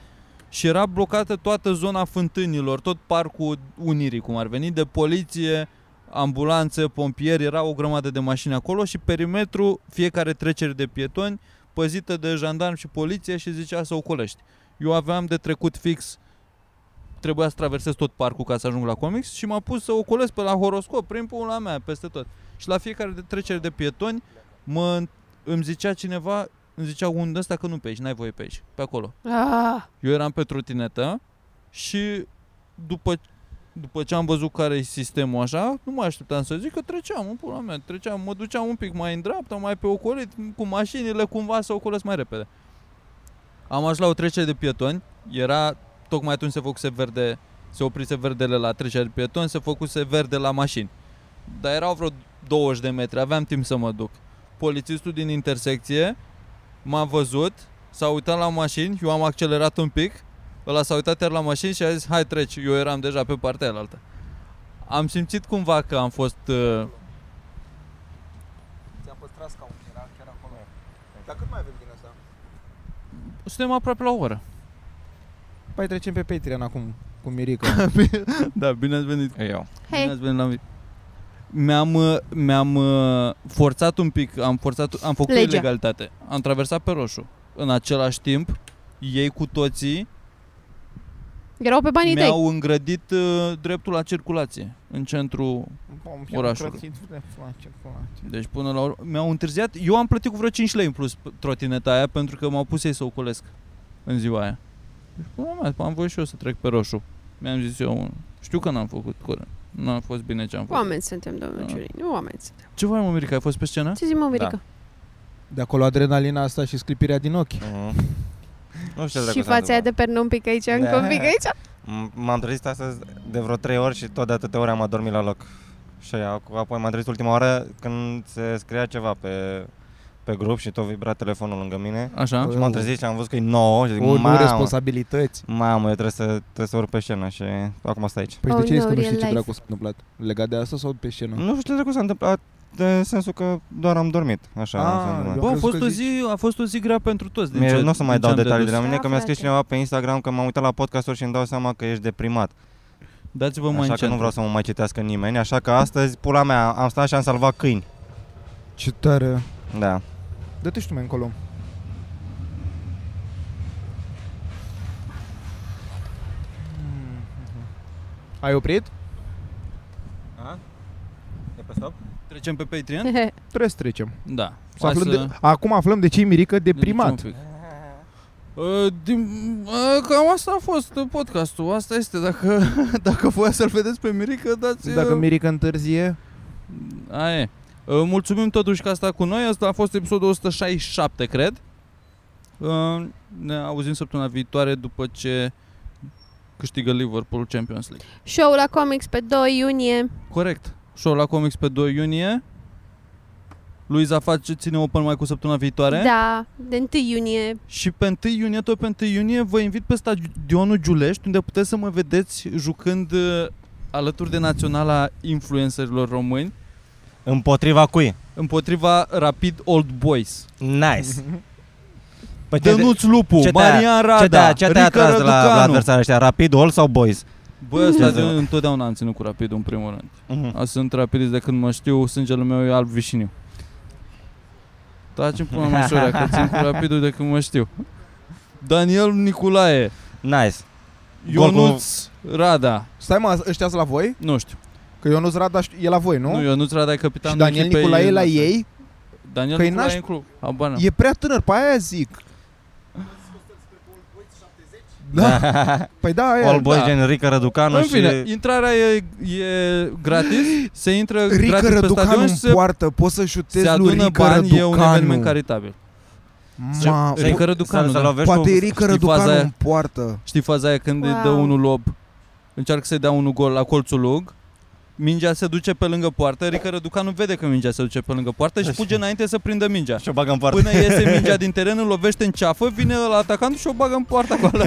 și era blocată toată zona fântânilor, tot parcul Unirii, cum ar veni, de poliție, ambulanțe, pompieri, era o grămadă de mașini acolo și perimetru, fiecare trecere de pietoni, păzită de jandarmi și poliție și zicea să ocolești. Eu aveam de trecut fix trebuia să traversez tot parcul ca să ajung la comics și m-a pus să ocolesc pe la horoscop, prin pula mea, peste tot. Și la fiecare de trecere de pietoni mă, îmi zicea cineva, îmi zicea unde ăsta că nu pe aici, n-ai voie pe aici, pe acolo.
Ah,
Eu eram pe trotinetă și după, după ce am văzut care e sistemul așa, nu mai așteptam să zic că treceam în pula mea, treceam, mă duceam un pic mai în dreapta, mai pe ocolit, cu mașinile cumva să ocolesc mai repede. Am ajuns la o trecere de pietoni, era tocmai atunci se făcuse verde, se oprise verdele la trecerea de pietoni, se făcuse verde la mașini. Dar erau vreo 20 de metri, aveam timp să mă duc. Polițistul din intersecție m-a văzut, s-a uitat la mașini, eu am accelerat un pic, ăla s-a uitat iar la mașini și a zis, hai treci, eu eram deja pe partea aia Am simțit cumva că am fost... Uh,
Ți-am păstrat scaunul, era chiar acolo. Dar cât mai avem din asta?
suntem aproape la o oră.
Păi trecem pe Patreon acum, cu Mirica.
<laughs> <laughs> da, bine ați venit. Eu.
Hei.
Bine ați venit la mi- mi-am, uh, mi-am uh, forțat un pic, am, forțat, am făcut
Legea.
o ilegalitate. Am traversat pe roșu. În același timp, ei cu toții
erau pe banii tăi.
mi-au îngrădit uh, dreptul la circulație în centru Orașul. Deci până la urmă mi-au întârziat. Eu am plătit cu vreo 5 lei în plus p- trotineta aia pentru că m-au pus ei să ocolesc în ziua aia. Deci până la urmă, am voie și eu să trec pe roșu. Mi-am zis eu, știu că n-am făcut curent. Nu a fost bine ce am făcut.
Oameni suntem, domnul
Ah.
Ciurin, oameni suntem.
Ce voi, mă, Mirica? Ai fost pe scenă?
Ce zici, mă, Mirica?
De acolo adrenalina asta și sclipirea din ochi.
Mhm. Nu știu dacă
Și
s-a
fața aia
întâmplat.
de pernu un pic aici,
Da.
încă un pic aici?
M- M-am trezit astăzi de vreo 3 ori și tot de atâtea ori am adormit la loc. Și ac- apoi m-am trezit ultima oară când se scria ceva pe pe grup și tot vibra telefonul lângă mine.
Așa.
Și m-am trezit și am văzut că e 9 și zic,
O, nu
mamă,
responsabilități.
mamă, eu trebuie să, trebuie să urc pe scenă și acum stai aici.
Păi
Oh,
de ce
no,
zici că nu știi
real
ce
life.
dracu s-a întâmplat? Legat de asta sau pe
Da.
scenă?
Nu știu de cum s-a întâmplat, în sensul că doar am dormit, așa.
Ah,
în sensul meu.
eu
Bă, a
crezut
fost,
că
o
zici-
zi, a fost o zi grea pentru toți. Din
Mie,
ce,
nu o să mai
din ce
dau
am
detalii de
dedus.
la mine,
Da,
că mi-a scris
frate.
cineva pe Instagram că m-am uitat la podcasturi și îmi dau seama că ești deprimat.
Dați-vă mai
Așa
în
că nu
centru.
vreau să mă mai citească nimeni, așa că astăzi, pula mea, am stat și am salvat câini.
Ce tare.
Da.
Dă-te și tu mai încolo. Mm-hmm. Ai oprit?
A? E pe stop?
Trecem pe Patreon?
Trebuie să trecem.
Da.
Să
Hai
aflăm de, acum aflăm de ce e mirică deprimat.
ne ducem un pic. Uh, Din, uh, cam asta a fost uh, podcastul. Asta este. Dacă, <laughs> dacă voi să-l vedeți pe Mirica, dați... uh,
Dacă mirică întârzie,
Aia e. Uh, Mulțumim totuși că a stat cu noi. Asta a fost episodul 167, cred. Uh, Ne auzim săptămâna viitoare după ce câștigă Liverpool Champions League.
Show-ul la Comics pe 2 iunie.
Corect. Show la Comics pe 2 iunie. Luiza face, ține open mai cu săptămâna viitoare.
Da, de 1 iunie.
Și pe 1 iunie, tot pe 1 iunie, vă invit pe stadionul Giulești, unde puteți să mă vedeți jucând uh, alături de naționala influencerilor români,
Împotriva cui?
împotriva Rapid Old Boys.
<laughs> Nice. Păi ce te-
Dănuț Lupu,
ce te-a-
Marian
ce
Rada,
te-a, ce te-a
Rica
atras de la, la
Răducanu.
adversari ăștia? Rapid, All sau Boys?
Bă, stadionul
Mhm.
întotdeauna am ținut cu Rapidul în primul rând. A, Sunt rapidist de când mă știu, sângele meu e alb vișiniu. Taci-mi până mă șorea, că țin cu rapidul de când mă știu. Daniel Niculae,
Nice. Gol cu-
Ionuț Rada,
Stai mă, ăștia sunt la voi?
nu știu.
Că Ionuț Rada știu- e la voi, nu?
Nu, Ionuț Rada e
și
capitanul
Daniel
echipei
Nicolae e la
noastre.
ei?
Daniel
Că e
Niculae
naș-
e în club. Abana.
E prea tânăr, pe aia zic. Da,
<laughs>
păi da, aia.
All Boys
da.
gen Rica Răducanu
În
și...
fine, intrarea e, e gratis, se intră
Rică
gratis pe
Răducanu
stadion
în
și se,
poartă, poți să
se
șutezi lui
adună
Rică
bani, e un eveniment
Răducanu.
caritabil.
Ma,
Să-
Rică Răducanu,
să- să
da.
lovești
poate
cu-
e Rică
știi faza
Răducanu
aia?
în poartă.
Știi faza aia când wow.
Wow.
dă unul lob, încearcă să-i dea unul gol la colțul lung, mingea se duce pe lângă poartă, Rică Răducanu vede că mingea se duce pe lângă poartă și
Așa.
fuge înainte să prindă mingea.
Și o bagă în poartă.
Până iese mingea din teren, îl lovește în ceafă, vine la atacant și o bagă în poartă
<laughs>
acolo.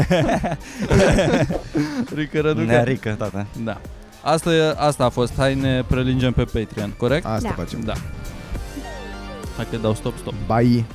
Rică
Nea
Răducanu.
Rică, tata.
Da. Asta, e, asta a fost. Hai ne prelingem pe Patreon, corect?
Asta
Da.
facem.
Da. Hai că dau stop, stop.
Bye.